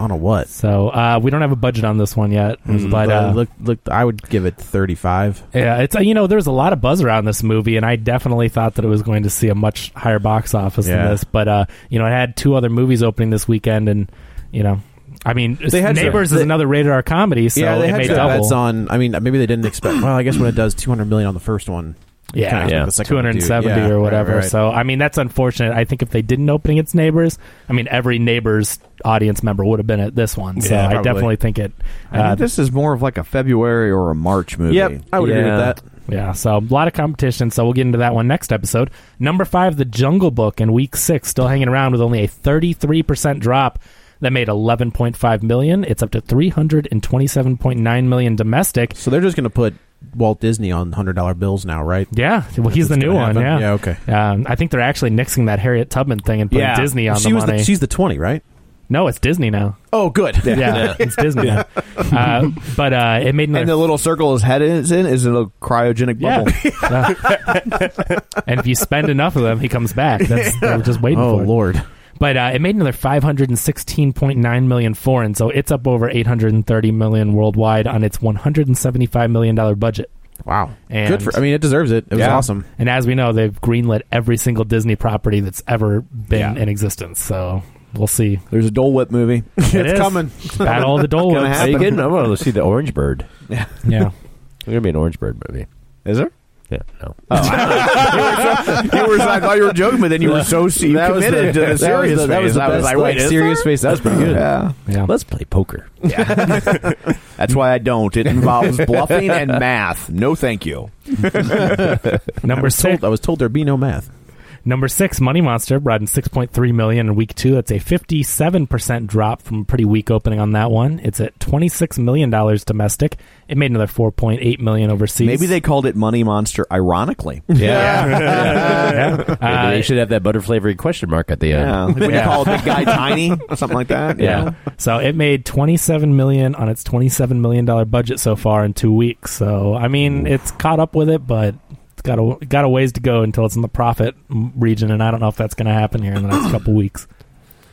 [SPEAKER 3] On a what?
[SPEAKER 4] So uh, we don't have a budget on this one yet, but uh,
[SPEAKER 3] look, look, I would give it thirty-five.
[SPEAKER 4] yeah, it's uh, you know there's a lot of buzz around this movie, and I definitely thought that it was going to see a much higher box office
[SPEAKER 3] Yeah.
[SPEAKER 4] than this. But uh, you know, it had two other movies opening this weekend, and you know, I mean,
[SPEAKER 3] They had
[SPEAKER 4] Neighbors
[SPEAKER 3] some-
[SPEAKER 4] is
[SPEAKER 3] they-
[SPEAKER 4] another rated R comedy, so
[SPEAKER 3] yeah, they
[SPEAKER 4] it
[SPEAKER 3] had
[SPEAKER 4] made
[SPEAKER 3] some bets
[SPEAKER 4] double.
[SPEAKER 3] on. I mean, maybe they didn't expect. Well, I guess when it does two hundred million on the first one,
[SPEAKER 4] yeah,
[SPEAKER 3] kinda
[SPEAKER 6] yeah.
[SPEAKER 3] the second
[SPEAKER 4] two
[SPEAKER 3] one, too.
[SPEAKER 4] hundred seventy
[SPEAKER 3] Yeah,
[SPEAKER 4] or
[SPEAKER 3] right,
[SPEAKER 4] whatever.
[SPEAKER 3] right.
[SPEAKER 4] So I mean, that's unfortunate. I think if they didn't open its neighbors, I mean, every neighbors audience member would have been at this one. So
[SPEAKER 3] Yeah,
[SPEAKER 4] I
[SPEAKER 3] probably.
[SPEAKER 4] definitely think it.
[SPEAKER 2] I
[SPEAKER 4] Uh,
[SPEAKER 2] think this is more of like a February or a March movie.
[SPEAKER 3] [LAUGHS] Yep, I would agree with
[SPEAKER 6] Yeah.
[SPEAKER 3] that.
[SPEAKER 4] yeah, so a lot of competition. So we'll get into that one next episode. Number five, The Jungle Book, in week six, still hanging around with only a thirty-three percent drop. That made eleven point five million. It's up to three hundred and twenty-seven point nine million domestic.
[SPEAKER 3] So they're just going to put Walt Disney on hundred dollar bills now, right?
[SPEAKER 4] Yeah, well, he's
[SPEAKER 3] That's
[SPEAKER 4] the new
[SPEAKER 3] gonna
[SPEAKER 4] one.
[SPEAKER 3] happen.
[SPEAKER 4] Yeah,
[SPEAKER 3] Yeah, okay.
[SPEAKER 4] Um, I think they're actually nixing that Harriet Tubman thing and putting
[SPEAKER 3] Yeah.
[SPEAKER 4] Disney on
[SPEAKER 3] she
[SPEAKER 4] the
[SPEAKER 3] was
[SPEAKER 4] money.
[SPEAKER 3] The, she's the twenty, right?
[SPEAKER 4] no, it's Disney now.
[SPEAKER 3] Oh, [LAUGHS] good.
[SPEAKER 4] yeah, it's Disney.
[SPEAKER 3] [LAUGHS]
[SPEAKER 4] now. Uh, but uh, it made another.
[SPEAKER 2] And the little circle his head is in is a little
[SPEAKER 4] [LAUGHS]
[SPEAKER 2] cryogenic
[SPEAKER 4] yeah.
[SPEAKER 2] bubble.
[SPEAKER 4] Uh, [LAUGHS] and if you spend enough of them, he comes back. That's they're just waiting
[SPEAKER 3] Oh
[SPEAKER 4] for. it.
[SPEAKER 3] Lord.
[SPEAKER 4] But uh, it made another 516.9 million foreign, so it's up over 830 million worldwide on its 175 million dollar budget.
[SPEAKER 3] Wow.
[SPEAKER 4] And-
[SPEAKER 3] good for. I mean, it deserves it. It was
[SPEAKER 2] Yeah.
[SPEAKER 3] awesome.
[SPEAKER 4] And as we know, they've greenlit every single Disney property that's ever been in existence. So we'll see.
[SPEAKER 2] There's a Dole Whip
[SPEAKER 6] [LAUGHS]
[SPEAKER 2] movie.
[SPEAKER 4] It
[SPEAKER 3] [LAUGHS] it's
[SPEAKER 4] is. [LAUGHS]
[SPEAKER 3] coming.
[SPEAKER 4] Battle of the Dole
[SPEAKER 2] Gonna
[SPEAKER 4] Whips.
[SPEAKER 6] Are you kidding? I want to see the Orange Bird.
[SPEAKER 4] [LAUGHS] Yeah.
[SPEAKER 6] It's gonna be an Orange Bird movie.
[SPEAKER 2] Is there?
[SPEAKER 6] Yeah, no.
[SPEAKER 2] You were, I thought you were joking, but then you were so you
[SPEAKER 3] That was
[SPEAKER 2] committed to
[SPEAKER 3] the-
[SPEAKER 2] the
[SPEAKER 3] that was
[SPEAKER 2] serious
[SPEAKER 3] the-
[SPEAKER 2] face.
[SPEAKER 3] that was the
[SPEAKER 2] I was like,
[SPEAKER 3] best, like,
[SPEAKER 2] wait, is
[SPEAKER 3] serious
[SPEAKER 2] there?
[SPEAKER 3] face? That was pretty good.
[SPEAKER 2] Yeah.
[SPEAKER 4] Yeah.
[SPEAKER 6] Let's play poker. [LAUGHS]
[SPEAKER 2] That's why I don't. It involves bluffing and math. No, thank you.
[SPEAKER 4] Number six.
[SPEAKER 3] Told, I was told there'd be no math.
[SPEAKER 4] Number six, Money Monster, brought in 6.3 million in week two. That's a 57% drop from a pretty weak opening on that one. It's at $26 million domesc. It made another 4.8 million overseas.
[SPEAKER 2] Maybe they called it Money Monster ironically.
[SPEAKER 6] [LAUGHS]
[SPEAKER 4] Yeah.
[SPEAKER 6] Maybe
[SPEAKER 4] Uh,
[SPEAKER 6] they should have that butter flavoring question mark at the end.
[SPEAKER 2] Yeah. When you call a big guy
[SPEAKER 6] [LAUGHS]
[SPEAKER 2] tiny, something like that.
[SPEAKER 6] Yeah.
[SPEAKER 2] Yeah.
[SPEAKER 4] so it made 27 million on its 27 million dollar budget so far in two weeks. So I mean, it's caught up with it, but it's got a got a ways to go until it's in the profit m- region, and I don't know if that's going to happen here in the next couple weeks.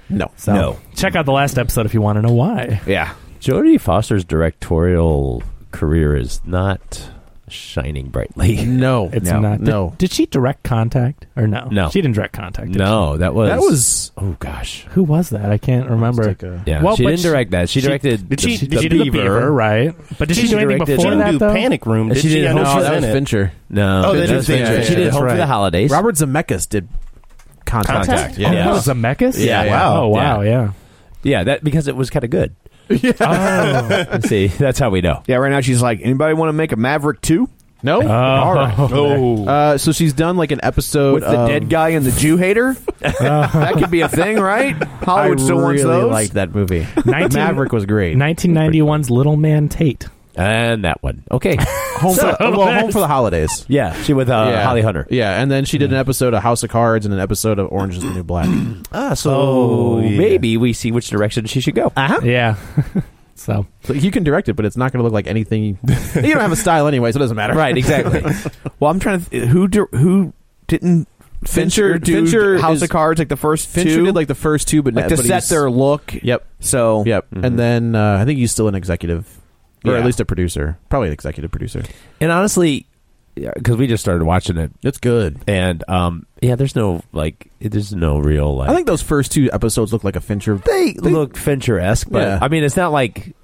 [SPEAKER 3] No.
[SPEAKER 4] So
[SPEAKER 2] No.
[SPEAKER 4] check out the last episode if you want to know why.
[SPEAKER 2] Yeah.
[SPEAKER 6] Jodie Foster's directorial career is not shining brightly.
[SPEAKER 3] No.
[SPEAKER 4] It's
[SPEAKER 3] no.
[SPEAKER 4] not. Did,
[SPEAKER 3] No.
[SPEAKER 4] Did she direct contact or no?
[SPEAKER 6] No.
[SPEAKER 4] she didn't direct contact. did
[SPEAKER 6] [LAUGHS] No, that was
[SPEAKER 3] That was.
[SPEAKER 6] oh gosh.
[SPEAKER 4] she? Who was that? I can't
[SPEAKER 3] Let's
[SPEAKER 4] remember.
[SPEAKER 3] take a-
[SPEAKER 6] Yeah,
[SPEAKER 4] Well,
[SPEAKER 6] she
[SPEAKER 4] but
[SPEAKER 6] didn't
[SPEAKER 4] she-
[SPEAKER 6] direct that. She
[SPEAKER 4] she-
[SPEAKER 6] directed
[SPEAKER 5] did she-
[SPEAKER 6] the,
[SPEAKER 5] did she do
[SPEAKER 6] the
[SPEAKER 5] the
[SPEAKER 6] beaver.
[SPEAKER 4] Beaver, right? But did she,
[SPEAKER 6] She
[SPEAKER 4] do anything
[SPEAKER 6] directed-
[SPEAKER 4] before
[SPEAKER 6] She
[SPEAKER 5] didn't
[SPEAKER 4] that
[SPEAKER 5] do
[SPEAKER 4] though?
[SPEAKER 5] Panic Room. Did she,
[SPEAKER 6] She didn't-
[SPEAKER 5] I know
[SPEAKER 6] no,
[SPEAKER 5] she
[SPEAKER 3] Oh,
[SPEAKER 5] was
[SPEAKER 3] that was
[SPEAKER 5] in it.
[SPEAKER 3] Fincher.
[SPEAKER 6] No,
[SPEAKER 5] Oh,
[SPEAKER 6] she
[SPEAKER 5] that
[SPEAKER 6] did,
[SPEAKER 5] is Fincher.
[SPEAKER 6] she did
[SPEAKER 5] That's
[SPEAKER 6] Home for
[SPEAKER 5] right.
[SPEAKER 6] the Holidays.
[SPEAKER 3] Robert Zemeckis did Contact.
[SPEAKER 6] Contact.
[SPEAKER 3] Yeah.
[SPEAKER 4] Oh, that was Zemeckis.
[SPEAKER 3] Yeah, yeah.
[SPEAKER 4] Oh wow. Yeah.
[SPEAKER 6] yeah, that because it was kind of good.
[SPEAKER 2] [LAUGHS]
[SPEAKER 4] Oh.
[SPEAKER 6] See, that's how we know.
[SPEAKER 2] Yeah. Right now she's like, anybody want to make a Maverick two
[SPEAKER 3] No.
[SPEAKER 4] All right. [LAUGHS]
[SPEAKER 5] Oh,
[SPEAKER 3] Uh, so she's done like an episode
[SPEAKER 2] Uh, with the [LAUGHS]
[SPEAKER 3] of-
[SPEAKER 2] dead guy and the Jew hater? that could be a thing, right?
[SPEAKER 3] I
[SPEAKER 2] Hollywood still
[SPEAKER 3] really
[SPEAKER 2] wants those.
[SPEAKER 3] liked that movie.
[SPEAKER 4] 19
[SPEAKER 3] Maverick was great.
[SPEAKER 4] 1991's Little Man Tate.
[SPEAKER 6] And that one. Okay.
[SPEAKER 3] Home for,
[SPEAKER 4] Oh,
[SPEAKER 3] well, Home for the Holidays.
[SPEAKER 6] yeah, she with uh,
[SPEAKER 3] yeah.
[SPEAKER 6] Holly Hunter.
[SPEAKER 3] Yeah, and then she did an episode of House of Cards and an episode of Orange is the New Black.
[SPEAKER 6] Ah, so
[SPEAKER 5] Oh, yeah.
[SPEAKER 6] maybe we see which direction she should go. Uh-huh.
[SPEAKER 4] Yeah. [LAUGHS] so
[SPEAKER 3] So you can direct it, but it's not going to look like anything. You don't have a style anyway, so
[SPEAKER 2] [LAUGHS]
[SPEAKER 3] it doesn't matter.
[SPEAKER 6] Right, exactly.
[SPEAKER 2] Well, I'm trying to th- who di- who didn't
[SPEAKER 3] Fincher-
[SPEAKER 2] Fincher, do
[SPEAKER 3] Fincher
[SPEAKER 2] House
[SPEAKER 3] is-
[SPEAKER 2] of Cards like the first
[SPEAKER 3] [LAUGHS] Fincher
[SPEAKER 2] two,
[SPEAKER 3] did like the first two, but
[SPEAKER 2] like
[SPEAKER 3] not-
[SPEAKER 2] to
[SPEAKER 3] but
[SPEAKER 2] set
[SPEAKER 3] he's-
[SPEAKER 2] their look.
[SPEAKER 3] Yep,
[SPEAKER 2] So
[SPEAKER 3] yep. And then uh, I think he's still an executive, or at
[SPEAKER 2] Yeah.
[SPEAKER 3] least a producer, probably an executive producer.
[SPEAKER 6] and honestly, because we just started watching it,
[SPEAKER 3] It's good.
[SPEAKER 6] and um, yeah, there's no like, it- there's no real like.
[SPEAKER 3] I think those first two episodes look like a Fincher.
[SPEAKER 6] they, look Fincher esque, but
[SPEAKER 3] Yeah.
[SPEAKER 6] I mean, it's not like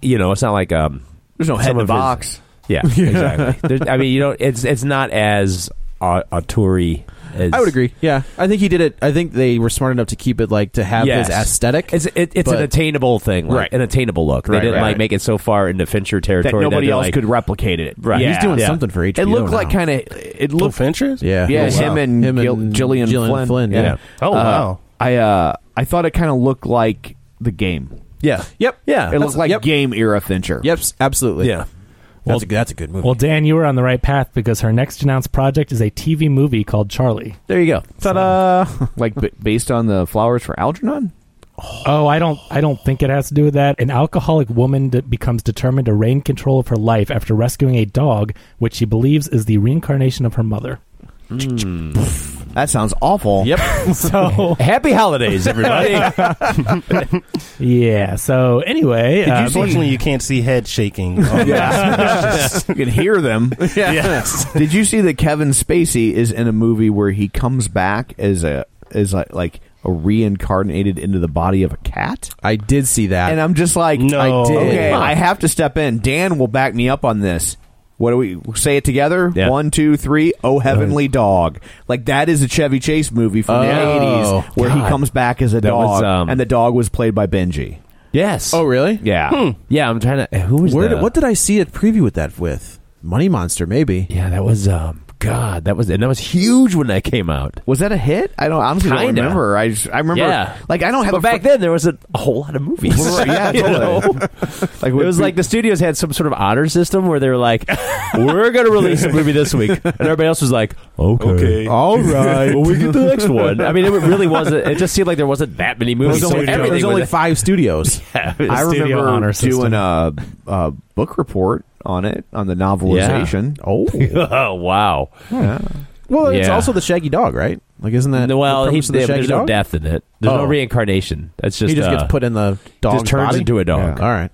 [SPEAKER 6] you know, it's not like um,
[SPEAKER 2] There's no head
[SPEAKER 6] Some
[SPEAKER 2] in the
[SPEAKER 6] of his-
[SPEAKER 2] box.
[SPEAKER 3] [LAUGHS]
[SPEAKER 6] yeah, exactly. There's, I mean, you know, it's it's not as au- auteur-y as
[SPEAKER 3] I would agree. Yeah, I think he did it. I think they were smart enough to keep it like to have
[SPEAKER 6] Yes.
[SPEAKER 3] his aesthetic.
[SPEAKER 6] It's it, it's
[SPEAKER 3] But-
[SPEAKER 6] an attainable thing, like,
[SPEAKER 3] Right.
[SPEAKER 6] An attainable look. They
[SPEAKER 3] Right,
[SPEAKER 6] didn't
[SPEAKER 3] right,
[SPEAKER 6] like
[SPEAKER 3] right.
[SPEAKER 6] make it so far into Fincher territory
[SPEAKER 2] That
[SPEAKER 6] that
[SPEAKER 2] nobody
[SPEAKER 6] they're
[SPEAKER 2] else
[SPEAKER 6] like-
[SPEAKER 2] could replicate it.
[SPEAKER 6] Right.
[SPEAKER 3] He's
[SPEAKER 6] Yeah,
[SPEAKER 3] doing
[SPEAKER 6] yeah.
[SPEAKER 3] something for HBO.
[SPEAKER 2] It looked
[SPEAKER 3] now.
[SPEAKER 2] like kind of it
[SPEAKER 5] Phil
[SPEAKER 2] looked
[SPEAKER 5] Finchers?
[SPEAKER 3] yeah,
[SPEAKER 2] yeah,
[SPEAKER 3] Oh,
[SPEAKER 2] him
[SPEAKER 3] wow.
[SPEAKER 2] and, Gil- Gillian, Flynn.
[SPEAKER 3] yeah.
[SPEAKER 5] Oh,
[SPEAKER 2] Uh,
[SPEAKER 5] wow.
[SPEAKER 2] I uh I thought it kind of looked like the game.
[SPEAKER 3] yeah, yep,
[SPEAKER 2] It looked like
[SPEAKER 3] yep,
[SPEAKER 2] game era Fincher.
[SPEAKER 3] yep, absolutely.
[SPEAKER 6] Yeah.
[SPEAKER 3] that's, a, that's a good movie.
[SPEAKER 4] Well, Dan, you were on the right path because her next announced project is a TV movie called Charlie.
[SPEAKER 2] There you go.
[SPEAKER 3] Ta-da!
[SPEAKER 2] Like b- based on the flowers for Algernon.
[SPEAKER 4] Oh, I don't, I don't think it has to do with that. An alcoholic woman de- becomes determined to regain control of her life after rescuing a dog, which she believes is the reincarnation of her mother.
[SPEAKER 2] That sounds awful. Yep.
[SPEAKER 3] [LAUGHS]
[SPEAKER 4] So,
[SPEAKER 6] Happy holidays, everybody.
[SPEAKER 4] [LAUGHS] yeah. So anyway, uh,
[SPEAKER 5] Unfortunately, you can't see head shaking.
[SPEAKER 6] [LAUGHS]
[SPEAKER 5] on
[SPEAKER 2] you can hear them.
[SPEAKER 5] that. yes.
[SPEAKER 2] Did you see that Kevin Spacey is in a movie where he comes back as a as like like a reincarnated into the body of a cat?
[SPEAKER 3] I did see that.
[SPEAKER 2] And uh, I'm just like,
[SPEAKER 5] No.
[SPEAKER 2] I did. Okay,
[SPEAKER 5] Huh.
[SPEAKER 2] I have to step in. Dan will back me up on this. What do we we'll say it together?
[SPEAKER 6] Yeah.
[SPEAKER 2] One, two, three. Oh, heavenly dog! Like that is a Chevy Chase movie from the
[SPEAKER 3] Oh,
[SPEAKER 2] '80s where he
[SPEAKER 6] God.
[SPEAKER 2] comes back as a
[SPEAKER 6] That
[SPEAKER 2] dog,
[SPEAKER 6] was, um,
[SPEAKER 2] and the dog was played by Benji.
[SPEAKER 6] yes.
[SPEAKER 3] oh, really?
[SPEAKER 2] Yeah,
[SPEAKER 6] yeah. I'm trying to. Who was
[SPEAKER 3] Where
[SPEAKER 6] the-
[SPEAKER 3] did, what did I see a preview with that with? Money Monster, maybe.
[SPEAKER 6] Yeah, that was um. God, that was and that was huge when that came out.
[SPEAKER 2] was that a hit? I don't. I honestly don't
[SPEAKER 6] Kinda.
[SPEAKER 2] remember. I just, I remember.
[SPEAKER 6] Yeah.
[SPEAKER 2] like I don't have
[SPEAKER 6] But
[SPEAKER 2] a
[SPEAKER 6] back then, there was a, a whole lot of movies.
[SPEAKER 2] Right, yeah,
[SPEAKER 6] [LAUGHS] You know?
[SPEAKER 2] totally.
[SPEAKER 6] It was like the studios had some sort of honor system where they were like, "We're going to release a movie this week," and everybody else was like, "Okay,
[SPEAKER 5] Okay.
[SPEAKER 6] all right, [LAUGHS] well, we get the next one." I mean, it really wasn't. It just seemed like there wasn't that many movies.
[SPEAKER 3] There's only,
[SPEAKER 6] so
[SPEAKER 3] there was
[SPEAKER 6] everything
[SPEAKER 3] only
[SPEAKER 6] was-
[SPEAKER 3] five studios.
[SPEAKER 6] Yeah,
[SPEAKER 3] [LAUGHS]
[SPEAKER 6] it was-
[SPEAKER 2] I
[SPEAKER 4] studio
[SPEAKER 2] remember
[SPEAKER 4] honor system.
[SPEAKER 2] doing a, a book report on it on the novelization. [LAUGHS] Oh,
[SPEAKER 6] [LAUGHS] oh wow.
[SPEAKER 3] Well, it's
[SPEAKER 6] Yeah.
[SPEAKER 3] also the Shaggy Dog, right? Like, isn't that
[SPEAKER 6] well,
[SPEAKER 3] the
[SPEAKER 6] he,
[SPEAKER 3] purpose of the
[SPEAKER 6] there-
[SPEAKER 3] Shaggy
[SPEAKER 6] there's
[SPEAKER 3] Dog?
[SPEAKER 6] no death in it. There's
[SPEAKER 3] Oh.
[SPEAKER 6] no reincarnation. That's just
[SPEAKER 3] he just
[SPEAKER 6] uh,
[SPEAKER 3] gets put in the dog.
[SPEAKER 6] just turns
[SPEAKER 3] body?
[SPEAKER 6] into a dog.
[SPEAKER 3] Yeah. All right.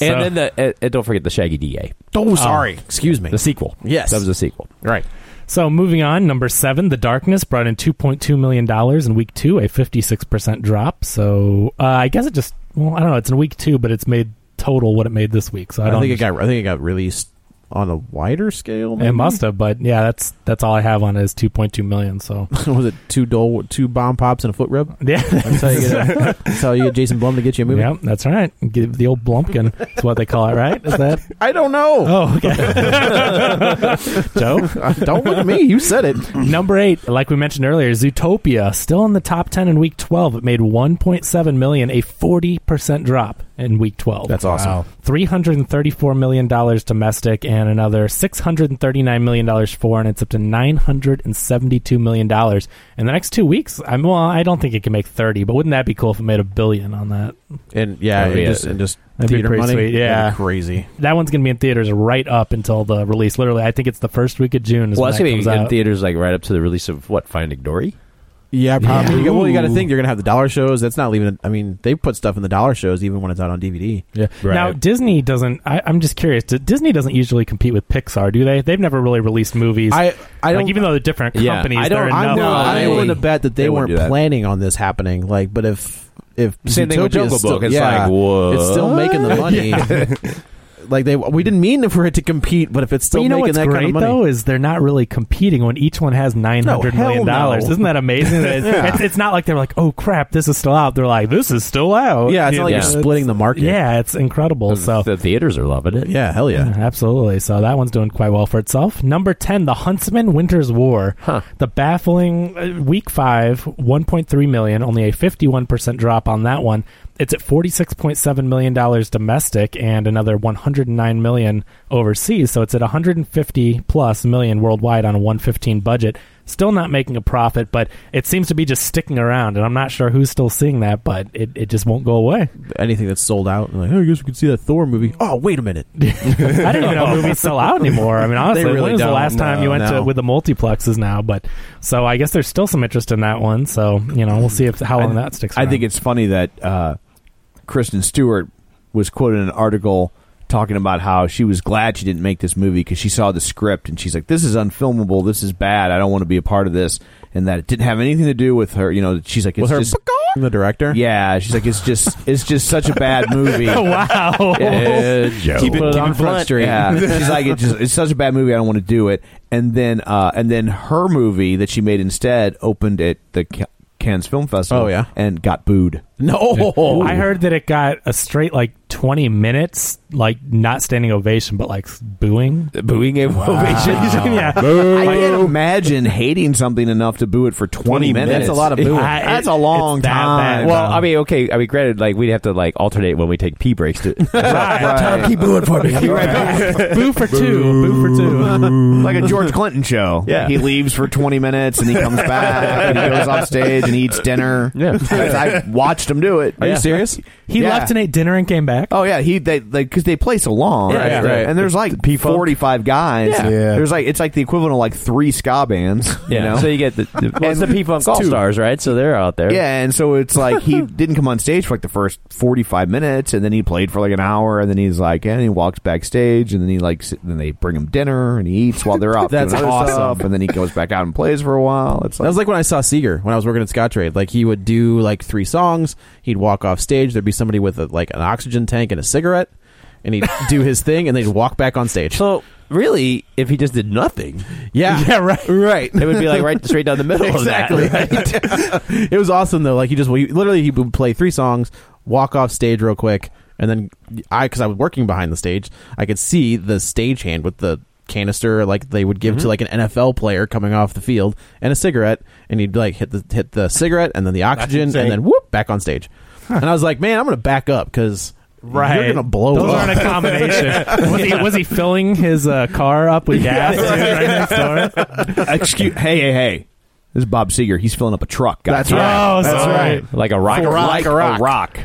[SPEAKER 6] And
[SPEAKER 4] So-
[SPEAKER 6] then the and- and don't forget the Shaggy DA,
[SPEAKER 3] Oh, sorry. Excuse me.
[SPEAKER 6] the sequel.
[SPEAKER 3] Yes.
[SPEAKER 6] that was a sequel.
[SPEAKER 3] Right.
[SPEAKER 4] So moving on, number seven, The Darkness brought in two point two million dollars in week two, a fifty six percent drop. So uh, I guess it just well, I don't know. It's in week two, but it's made total what it made this week. So I
[SPEAKER 3] I,
[SPEAKER 4] don't
[SPEAKER 3] think it got. I think it got released on a wider scale.
[SPEAKER 4] It
[SPEAKER 3] maybe?
[SPEAKER 4] must have, but yeah, that's that's all I have on it is two point two million.
[SPEAKER 3] [LAUGHS]
[SPEAKER 4] So
[SPEAKER 3] [LAUGHS]
[SPEAKER 4] [LAUGHS]
[SPEAKER 3] was it two dole, two bomb pops and a foot rub?
[SPEAKER 4] yeah,
[SPEAKER 3] That's how you
[SPEAKER 4] [LAUGHS]
[SPEAKER 3] get. A, that's how you
[SPEAKER 2] [LAUGHS]
[SPEAKER 3] get Jason Blum to get you a movie.
[SPEAKER 4] yeah, that's right. Give the old blumpkin is what they call it, right? Is that?
[SPEAKER 3] I don't [LAUGHS] know.
[SPEAKER 4] Oh, okay. [LAUGHS] Joe,
[SPEAKER 2] Uh,
[SPEAKER 3] don't look at me. You said
[SPEAKER 4] [LAUGHS]
[SPEAKER 3] it.
[SPEAKER 4] Number eight, like we mentioned earlier, Zootopia still in the top ten in week twelve. It made one point seven million, a forty percent drop in week twelve.
[SPEAKER 3] That's awesome. Wow.
[SPEAKER 4] Three hundred and thirty-four million dollars domestic, and another six hundred and thirty-nine million dollars foreign. It's up to nine hundred and seventy-two million dollars in the next two weeks. I'm well, I don't think it can make thirty, but wouldn't that be cool if it made a billion on that?
[SPEAKER 3] And yeah,
[SPEAKER 6] That'd be
[SPEAKER 3] and just,
[SPEAKER 6] it.
[SPEAKER 3] and just
[SPEAKER 4] That'd be
[SPEAKER 3] theater
[SPEAKER 4] pretty
[SPEAKER 3] money.
[SPEAKER 4] sweet, yeah.
[SPEAKER 3] That'd be crazy.
[SPEAKER 4] That one's going to be in theaters right up until the release. Literally, I think it's the first week of June. Is
[SPEAKER 6] Well,
[SPEAKER 4] when
[SPEAKER 6] that's
[SPEAKER 4] that
[SPEAKER 6] gonna be
[SPEAKER 4] comes
[SPEAKER 6] in
[SPEAKER 4] out.
[SPEAKER 6] theaters like right up to the release of what Finding Dory.
[SPEAKER 3] Yeah, probably.
[SPEAKER 4] Yeah.
[SPEAKER 3] You got- well, you got to
[SPEAKER 4] Ooh.
[SPEAKER 3] think you're gonna have the dollar shows. That's not leaving. I mean, they put stuff in the dollar shows even when it's out on DVD. Yeah.
[SPEAKER 4] Now Disney doesn't. I, I'm just curious. D- Disney doesn't usually compete with Pixar, do they? They've never really released movies.
[SPEAKER 3] I I don't
[SPEAKER 4] like, even though they're different
[SPEAKER 6] Yeah,
[SPEAKER 4] companies,
[SPEAKER 6] I don't-
[SPEAKER 4] they're
[SPEAKER 3] I'm
[SPEAKER 4] enough.
[SPEAKER 3] willing,
[SPEAKER 6] they
[SPEAKER 3] I'm willing to
[SPEAKER 6] wouldn't-
[SPEAKER 3] bet that they,
[SPEAKER 2] they wouldn't
[SPEAKER 3] weren't
[SPEAKER 2] do that.
[SPEAKER 3] planning on this happening. Like, but if if
[SPEAKER 6] Same thing with
[SPEAKER 3] Zootopia
[SPEAKER 6] Jungle
[SPEAKER 3] is still,
[SPEAKER 6] Book, it's
[SPEAKER 3] yeah,
[SPEAKER 6] like, what?
[SPEAKER 3] it's still making the money. like they, we didn't mean for it to compete, but if it's
[SPEAKER 4] but
[SPEAKER 3] still
[SPEAKER 4] you know
[SPEAKER 3] making
[SPEAKER 4] what's
[SPEAKER 3] that
[SPEAKER 4] great
[SPEAKER 3] kind of money,
[SPEAKER 4] though is they're not really competing when each one has nine hundred
[SPEAKER 3] hell
[SPEAKER 4] million
[SPEAKER 3] no.
[SPEAKER 4] dollars. Isn't that
[SPEAKER 3] [LAUGHS]
[SPEAKER 4] amazing? That it's, it's, it's not like they're like, oh crap, this is still out. They're like, this is still out.
[SPEAKER 3] yeah, it's not like
[SPEAKER 6] Yeah.
[SPEAKER 3] you're splitting the market.
[SPEAKER 4] yeah, it's incredible. So
[SPEAKER 6] the theaters are loving it.
[SPEAKER 3] yeah, hell yeah.
[SPEAKER 4] Mm, Absolutely. So that one's doing quite well for itself. Number 10, The Huntsman Winter's War.
[SPEAKER 6] Huh.
[SPEAKER 4] The baffling uh, week 5, 1.3 million, only a 51% drop on that one. It's at 46.7 million dollars domestic and another 109 million overseas, so it's at 150 plus million worldwide on a 115 budget. Still not making a profit, but it seems to be just sticking around, and I'm not sure who's still seeing that, but it, it just won't go away.
[SPEAKER 3] Anything that's sold out, like, oh, I guess we could see that Thor movie. Oh, wait a minute.
[SPEAKER 4] I didn't even know movies sell out anymore. I mean, honestly,
[SPEAKER 3] They really
[SPEAKER 4] when was the
[SPEAKER 3] don't,
[SPEAKER 4] last time you
[SPEAKER 3] no,
[SPEAKER 4] went to
[SPEAKER 3] no.
[SPEAKER 4] with the multiplexes now? But so I guess there's still some interest in that one. So you know, we'll see if how long that sticks.
[SPEAKER 2] I
[SPEAKER 4] Around.
[SPEAKER 2] think it's funny that uh, Kristen Stewart was quoted in an article talking about how she was glad she didn't make this movie because she saw the script and she's like, "This is unfilmable. This is bad. I don't want to be a part of this." And that it didn't have anything to do with her. You know, she's like, "It's
[SPEAKER 3] With her
[SPEAKER 2] just
[SPEAKER 3] the director.
[SPEAKER 2] Yeah, she's like, it's just, it's just such a bad movie.
[SPEAKER 4] wow.
[SPEAKER 2] Yeah, Joe.
[SPEAKER 5] Keep it-
[SPEAKER 2] Put
[SPEAKER 5] keep
[SPEAKER 2] on
[SPEAKER 5] it
[SPEAKER 2] Front
[SPEAKER 5] blunt.
[SPEAKER 2] Street. Yeah. She's like, it just, it's such a bad movie. I don't want to do it. And then, uh, and then her movie that she made instead opened at the Ca- Cannes Film Festival.
[SPEAKER 3] Oh, yeah.
[SPEAKER 2] and got booed. [LAUGHS]
[SPEAKER 3] No,
[SPEAKER 4] I heard that it got a straight like 20 minutes, like not standing ovation, but like booing.
[SPEAKER 6] uh, Booing [LAUGHS] a ovation.
[SPEAKER 4] [LAUGHS] yeah.
[SPEAKER 2] I can't imagine hating something enough to boo it for twenty,
[SPEAKER 5] 20
[SPEAKER 2] minutes.
[SPEAKER 5] minutes.
[SPEAKER 2] That's a lot of booing.
[SPEAKER 4] I-
[SPEAKER 2] That's a
[SPEAKER 4] it's
[SPEAKER 2] long
[SPEAKER 4] that
[SPEAKER 2] time.
[SPEAKER 4] bad.
[SPEAKER 6] Well, I mean, okay. I mean, granted, like we'd have to like alternate when we take pee breaks. To,
[SPEAKER 2] Tom, keep booing for me.
[SPEAKER 4] [LAUGHS] Boo for two. Boo for two.
[SPEAKER 2] like a George Clinton show.
[SPEAKER 6] [LAUGHS] Yeah.
[SPEAKER 2] He leaves for 20 minutes and he comes back and he goes off stage and eats dinner.
[SPEAKER 6] Yeah.
[SPEAKER 2] I, I watched him do it.
[SPEAKER 3] Are you serious?
[SPEAKER 4] He
[SPEAKER 2] Yeah.
[SPEAKER 4] left and ate dinner and came back.
[SPEAKER 2] Oh yeah, he they like because they play so long,
[SPEAKER 3] Right,
[SPEAKER 2] right?
[SPEAKER 3] right.
[SPEAKER 2] And there's like forty five guys.
[SPEAKER 6] Yeah.
[SPEAKER 5] Yeah.
[SPEAKER 2] There's like it's like the equivalent of like three ska bands. You know?
[SPEAKER 6] So you get the the, well, it's the P Funk All Stars, right? So they're out there.
[SPEAKER 2] Yeah, and so it's like
[SPEAKER 6] [LAUGHS]
[SPEAKER 2] he didn't come on stage for like the first 45 minutes, and then he played for like an hour, and then he's like, and he walks backstage, and then he like, sit- then they bring him dinner, and he eats while they're
[SPEAKER 6] [LAUGHS]
[SPEAKER 2] off.
[SPEAKER 3] That's
[SPEAKER 2] doing other
[SPEAKER 3] awesome.
[SPEAKER 2] stuff, and then he goes back out and plays for a while. It's
[SPEAKER 3] That
[SPEAKER 2] like,
[SPEAKER 3] was like when I saw Seeger when I was working at Scottrade. Like he would do like three songs. He'd walk off stage. There'd be somebody with a, like an oxygen tank and a cigarette, and he'd do his thing, and they'd walk back
[SPEAKER 6] [LAUGHS]
[SPEAKER 3] on stage.
[SPEAKER 6] So really, if he just did nothing,
[SPEAKER 3] Yeah,
[SPEAKER 4] Yeah, right.
[SPEAKER 3] right.
[SPEAKER 6] it would be like right straight down the middle.
[SPEAKER 3] exactly.
[SPEAKER 6] Of that, right? [LAUGHS]
[SPEAKER 3] [LAUGHS] it was awesome though. Like he just well, he- literally he would play three songs, walk off stage real quick, and then I because I was working behind the stage, I could see the stagehand with the canister like they would give
[SPEAKER 2] Mm-hmm.
[SPEAKER 3] to like an NFL player coming off the field and a cigarette, and he'd like hit the hit the cigarette and then the oxygen and then whoop back on stage, and I was like, man, I'm gonna back up because
[SPEAKER 4] Right.
[SPEAKER 3] you're gonna blow
[SPEAKER 4] Those
[SPEAKER 3] up.
[SPEAKER 4] aren't a
[SPEAKER 3] [LAUGHS]
[SPEAKER 4] combination. was, he, was he filling his uh, car up with gas
[SPEAKER 6] [LAUGHS]
[SPEAKER 4] too, right next door?
[SPEAKER 2] excuse, hey, hey, hey, this is Bob Seeger. He's filling up a truck. Guys.
[SPEAKER 3] That's right.
[SPEAKER 4] Oh, that's right.
[SPEAKER 6] Like a rock.
[SPEAKER 2] like a rock.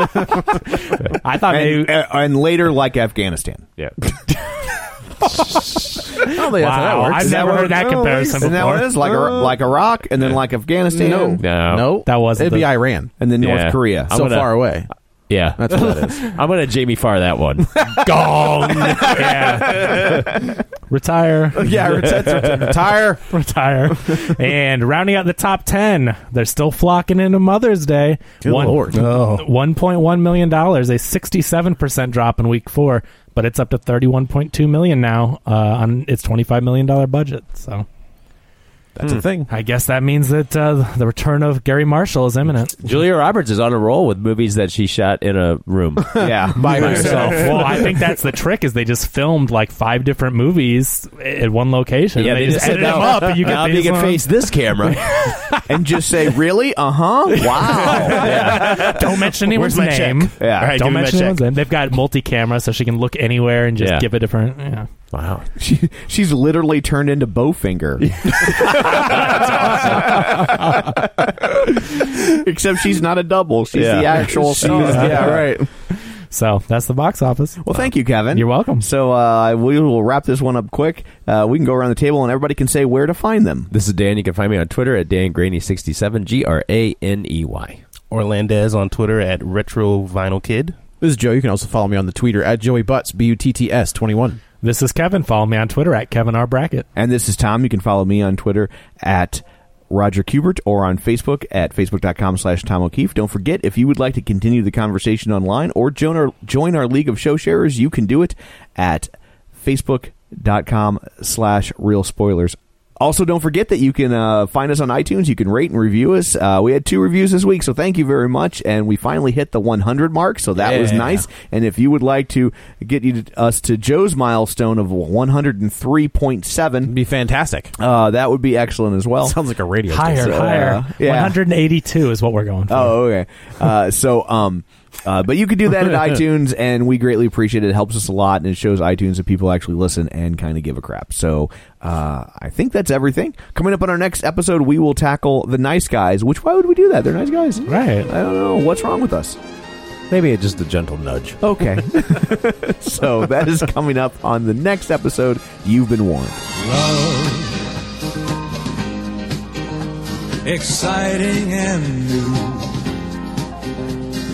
[SPEAKER 4] I thought maybe.
[SPEAKER 2] And, and later, like Afghanistan.
[SPEAKER 6] Yeah.
[SPEAKER 3] I don't think that's how that
[SPEAKER 4] Wow,
[SPEAKER 3] works.
[SPEAKER 4] I've
[SPEAKER 3] Is that
[SPEAKER 4] never
[SPEAKER 3] what-
[SPEAKER 4] heard that
[SPEAKER 3] No,
[SPEAKER 4] comparison
[SPEAKER 2] And that
[SPEAKER 4] before.
[SPEAKER 2] one is like a, like Iraq, and then like Afghanistan,
[SPEAKER 3] Uh, No.
[SPEAKER 6] No.
[SPEAKER 3] No,
[SPEAKER 4] That wasn't
[SPEAKER 3] It'd be
[SPEAKER 4] the-
[SPEAKER 3] Iran.
[SPEAKER 2] and then North
[SPEAKER 6] Yeah.
[SPEAKER 2] Korea.
[SPEAKER 6] [LAUGHS] I'm
[SPEAKER 3] so
[SPEAKER 6] gonna-
[SPEAKER 3] far away.
[SPEAKER 6] Yeah.
[SPEAKER 3] That's what that
[SPEAKER 6] [LAUGHS]
[SPEAKER 3] is.
[SPEAKER 6] I'm gonna Jamie Farr that one.
[SPEAKER 3] [LAUGHS]
[SPEAKER 4] Gong. yeah. Retire.
[SPEAKER 3] yeah, retire.
[SPEAKER 4] [LAUGHS] retire. and rounding out the top 10, they're still flocking into Mother's Day. One-
[SPEAKER 5] Oh.
[SPEAKER 4] $1.1 million, a 67% drop in week four, but it's up to $31.2 million now uh, on its $25 million budget. So Hmm.
[SPEAKER 3] That's a thing.
[SPEAKER 4] I guess that means that uh, the return of Gary Marshall is imminent.
[SPEAKER 6] Julia Roberts is on a roll with movies that she shot in a room. [LAUGHS]
[SPEAKER 2] yeah,
[SPEAKER 4] [LAUGHS]
[SPEAKER 3] By
[SPEAKER 4] So,
[SPEAKER 3] herself.
[SPEAKER 4] well, I think that's the trick is they just filmed like five different movies at one location.
[SPEAKER 6] Yeah,
[SPEAKER 4] they,
[SPEAKER 6] they
[SPEAKER 4] just,
[SPEAKER 6] just said,
[SPEAKER 4] edited them
[SPEAKER 6] "Now-
[SPEAKER 4] up. And you
[SPEAKER 6] [LAUGHS] now
[SPEAKER 4] get
[SPEAKER 6] you
[SPEAKER 4] these
[SPEAKER 6] can
[SPEAKER 4] ones.
[SPEAKER 6] face this camera.
[SPEAKER 2] and just say, really, uh
[SPEAKER 6] [LAUGHS]
[SPEAKER 2] huh, wow.
[SPEAKER 4] Don't mention
[SPEAKER 5] Where's
[SPEAKER 4] anyone's
[SPEAKER 5] my
[SPEAKER 4] name.
[SPEAKER 5] check?
[SPEAKER 2] Yeah.
[SPEAKER 5] All right,
[SPEAKER 4] Don't
[SPEAKER 5] give me my
[SPEAKER 4] mention
[SPEAKER 5] check.
[SPEAKER 4] anyone's name. They've got multi-camera, so she can look anywhere and just
[SPEAKER 6] Yeah.
[SPEAKER 4] give a different. Yeah.
[SPEAKER 6] wow.
[SPEAKER 2] She, she's literally turned into
[SPEAKER 6] [LAUGHS]
[SPEAKER 2] Bowfinger. Except she's not a double. She's
[SPEAKER 6] Yeah.
[SPEAKER 2] the actual. yeah, right.
[SPEAKER 4] So that's the box office.
[SPEAKER 2] Well, thank you, Kevin.
[SPEAKER 4] You're welcome.
[SPEAKER 2] So uh, we will wrap this one up quick. Uh, we can go around the table and everybody can say where to find them.
[SPEAKER 6] This is Dan. You can find me on Twitter at DanGraney67, G R A N E Y.
[SPEAKER 5] Orlandez on Twitter at Retro Vinyl Kid.
[SPEAKER 3] This is Joe. You can also follow me on the Twitter at Joey Butts, B U T T S 21.
[SPEAKER 4] This is Kevin. Follow me on Twitter at Kevin R Brackett.
[SPEAKER 2] And this is Tom. You can follow me on Twitter at Roger Kubert or on Facebook at facebook.com slash Tom O'Keefe. Don't forget, if you would like to continue the conversation online or join our, join our League of Show Sharers, you can do it at facebook.com slash real spoilers. Also, don't forget that you can uh, find us on iTunes. You can rate and review us. Uh, we had two reviews this week, so thank you very much. And we finally hit the 100 mark, so that was nice. And if you would like to get you to, us to Joe's milestone of 103.7,
[SPEAKER 3] It'd be fantastic.
[SPEAKER 2] uh, that would be excellent as well.
[SPEAKER 3] Sounds like a radio
[SPEAKER 4] Higher,
[SPEAKER 3] station.
[SPEAKER 2] so,
[SPEAKER 4] higher.
[SPEAKER 2] uh, yeah.
[SPEAKER 4] 182 is what we're going for.
[SPEAKER 2] Oh, okay. Uh, so, um, uh, but you can do that [LAUGHS] at iTunes, and we greatly appreciate it. It helps us a lot, and it shows iTunes that people actually listen and kind of give a crap. So, uh, I think that's everything. Coming up on our next episode, we will tackle the nice guys. Which why would we do that? They're nice guys,
[SPEAKER 4] Right.
[SPEAKER 2] I don't know what's wrong with us.
[SPEAKER 6] Maybe it's just a gentle nudge. [LAUGHS]
[SPEAKER 2] Okay, [LAUGHS] so that is coming up on the next episode. You've been warned.
[SPEAKER 8] love. Exciting and new.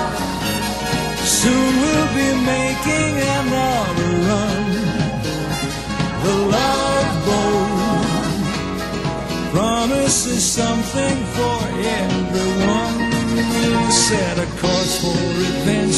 [SPEAKER 8] Soon we'll be making another run. The love boat promises something for everyone. Set a course for revenge.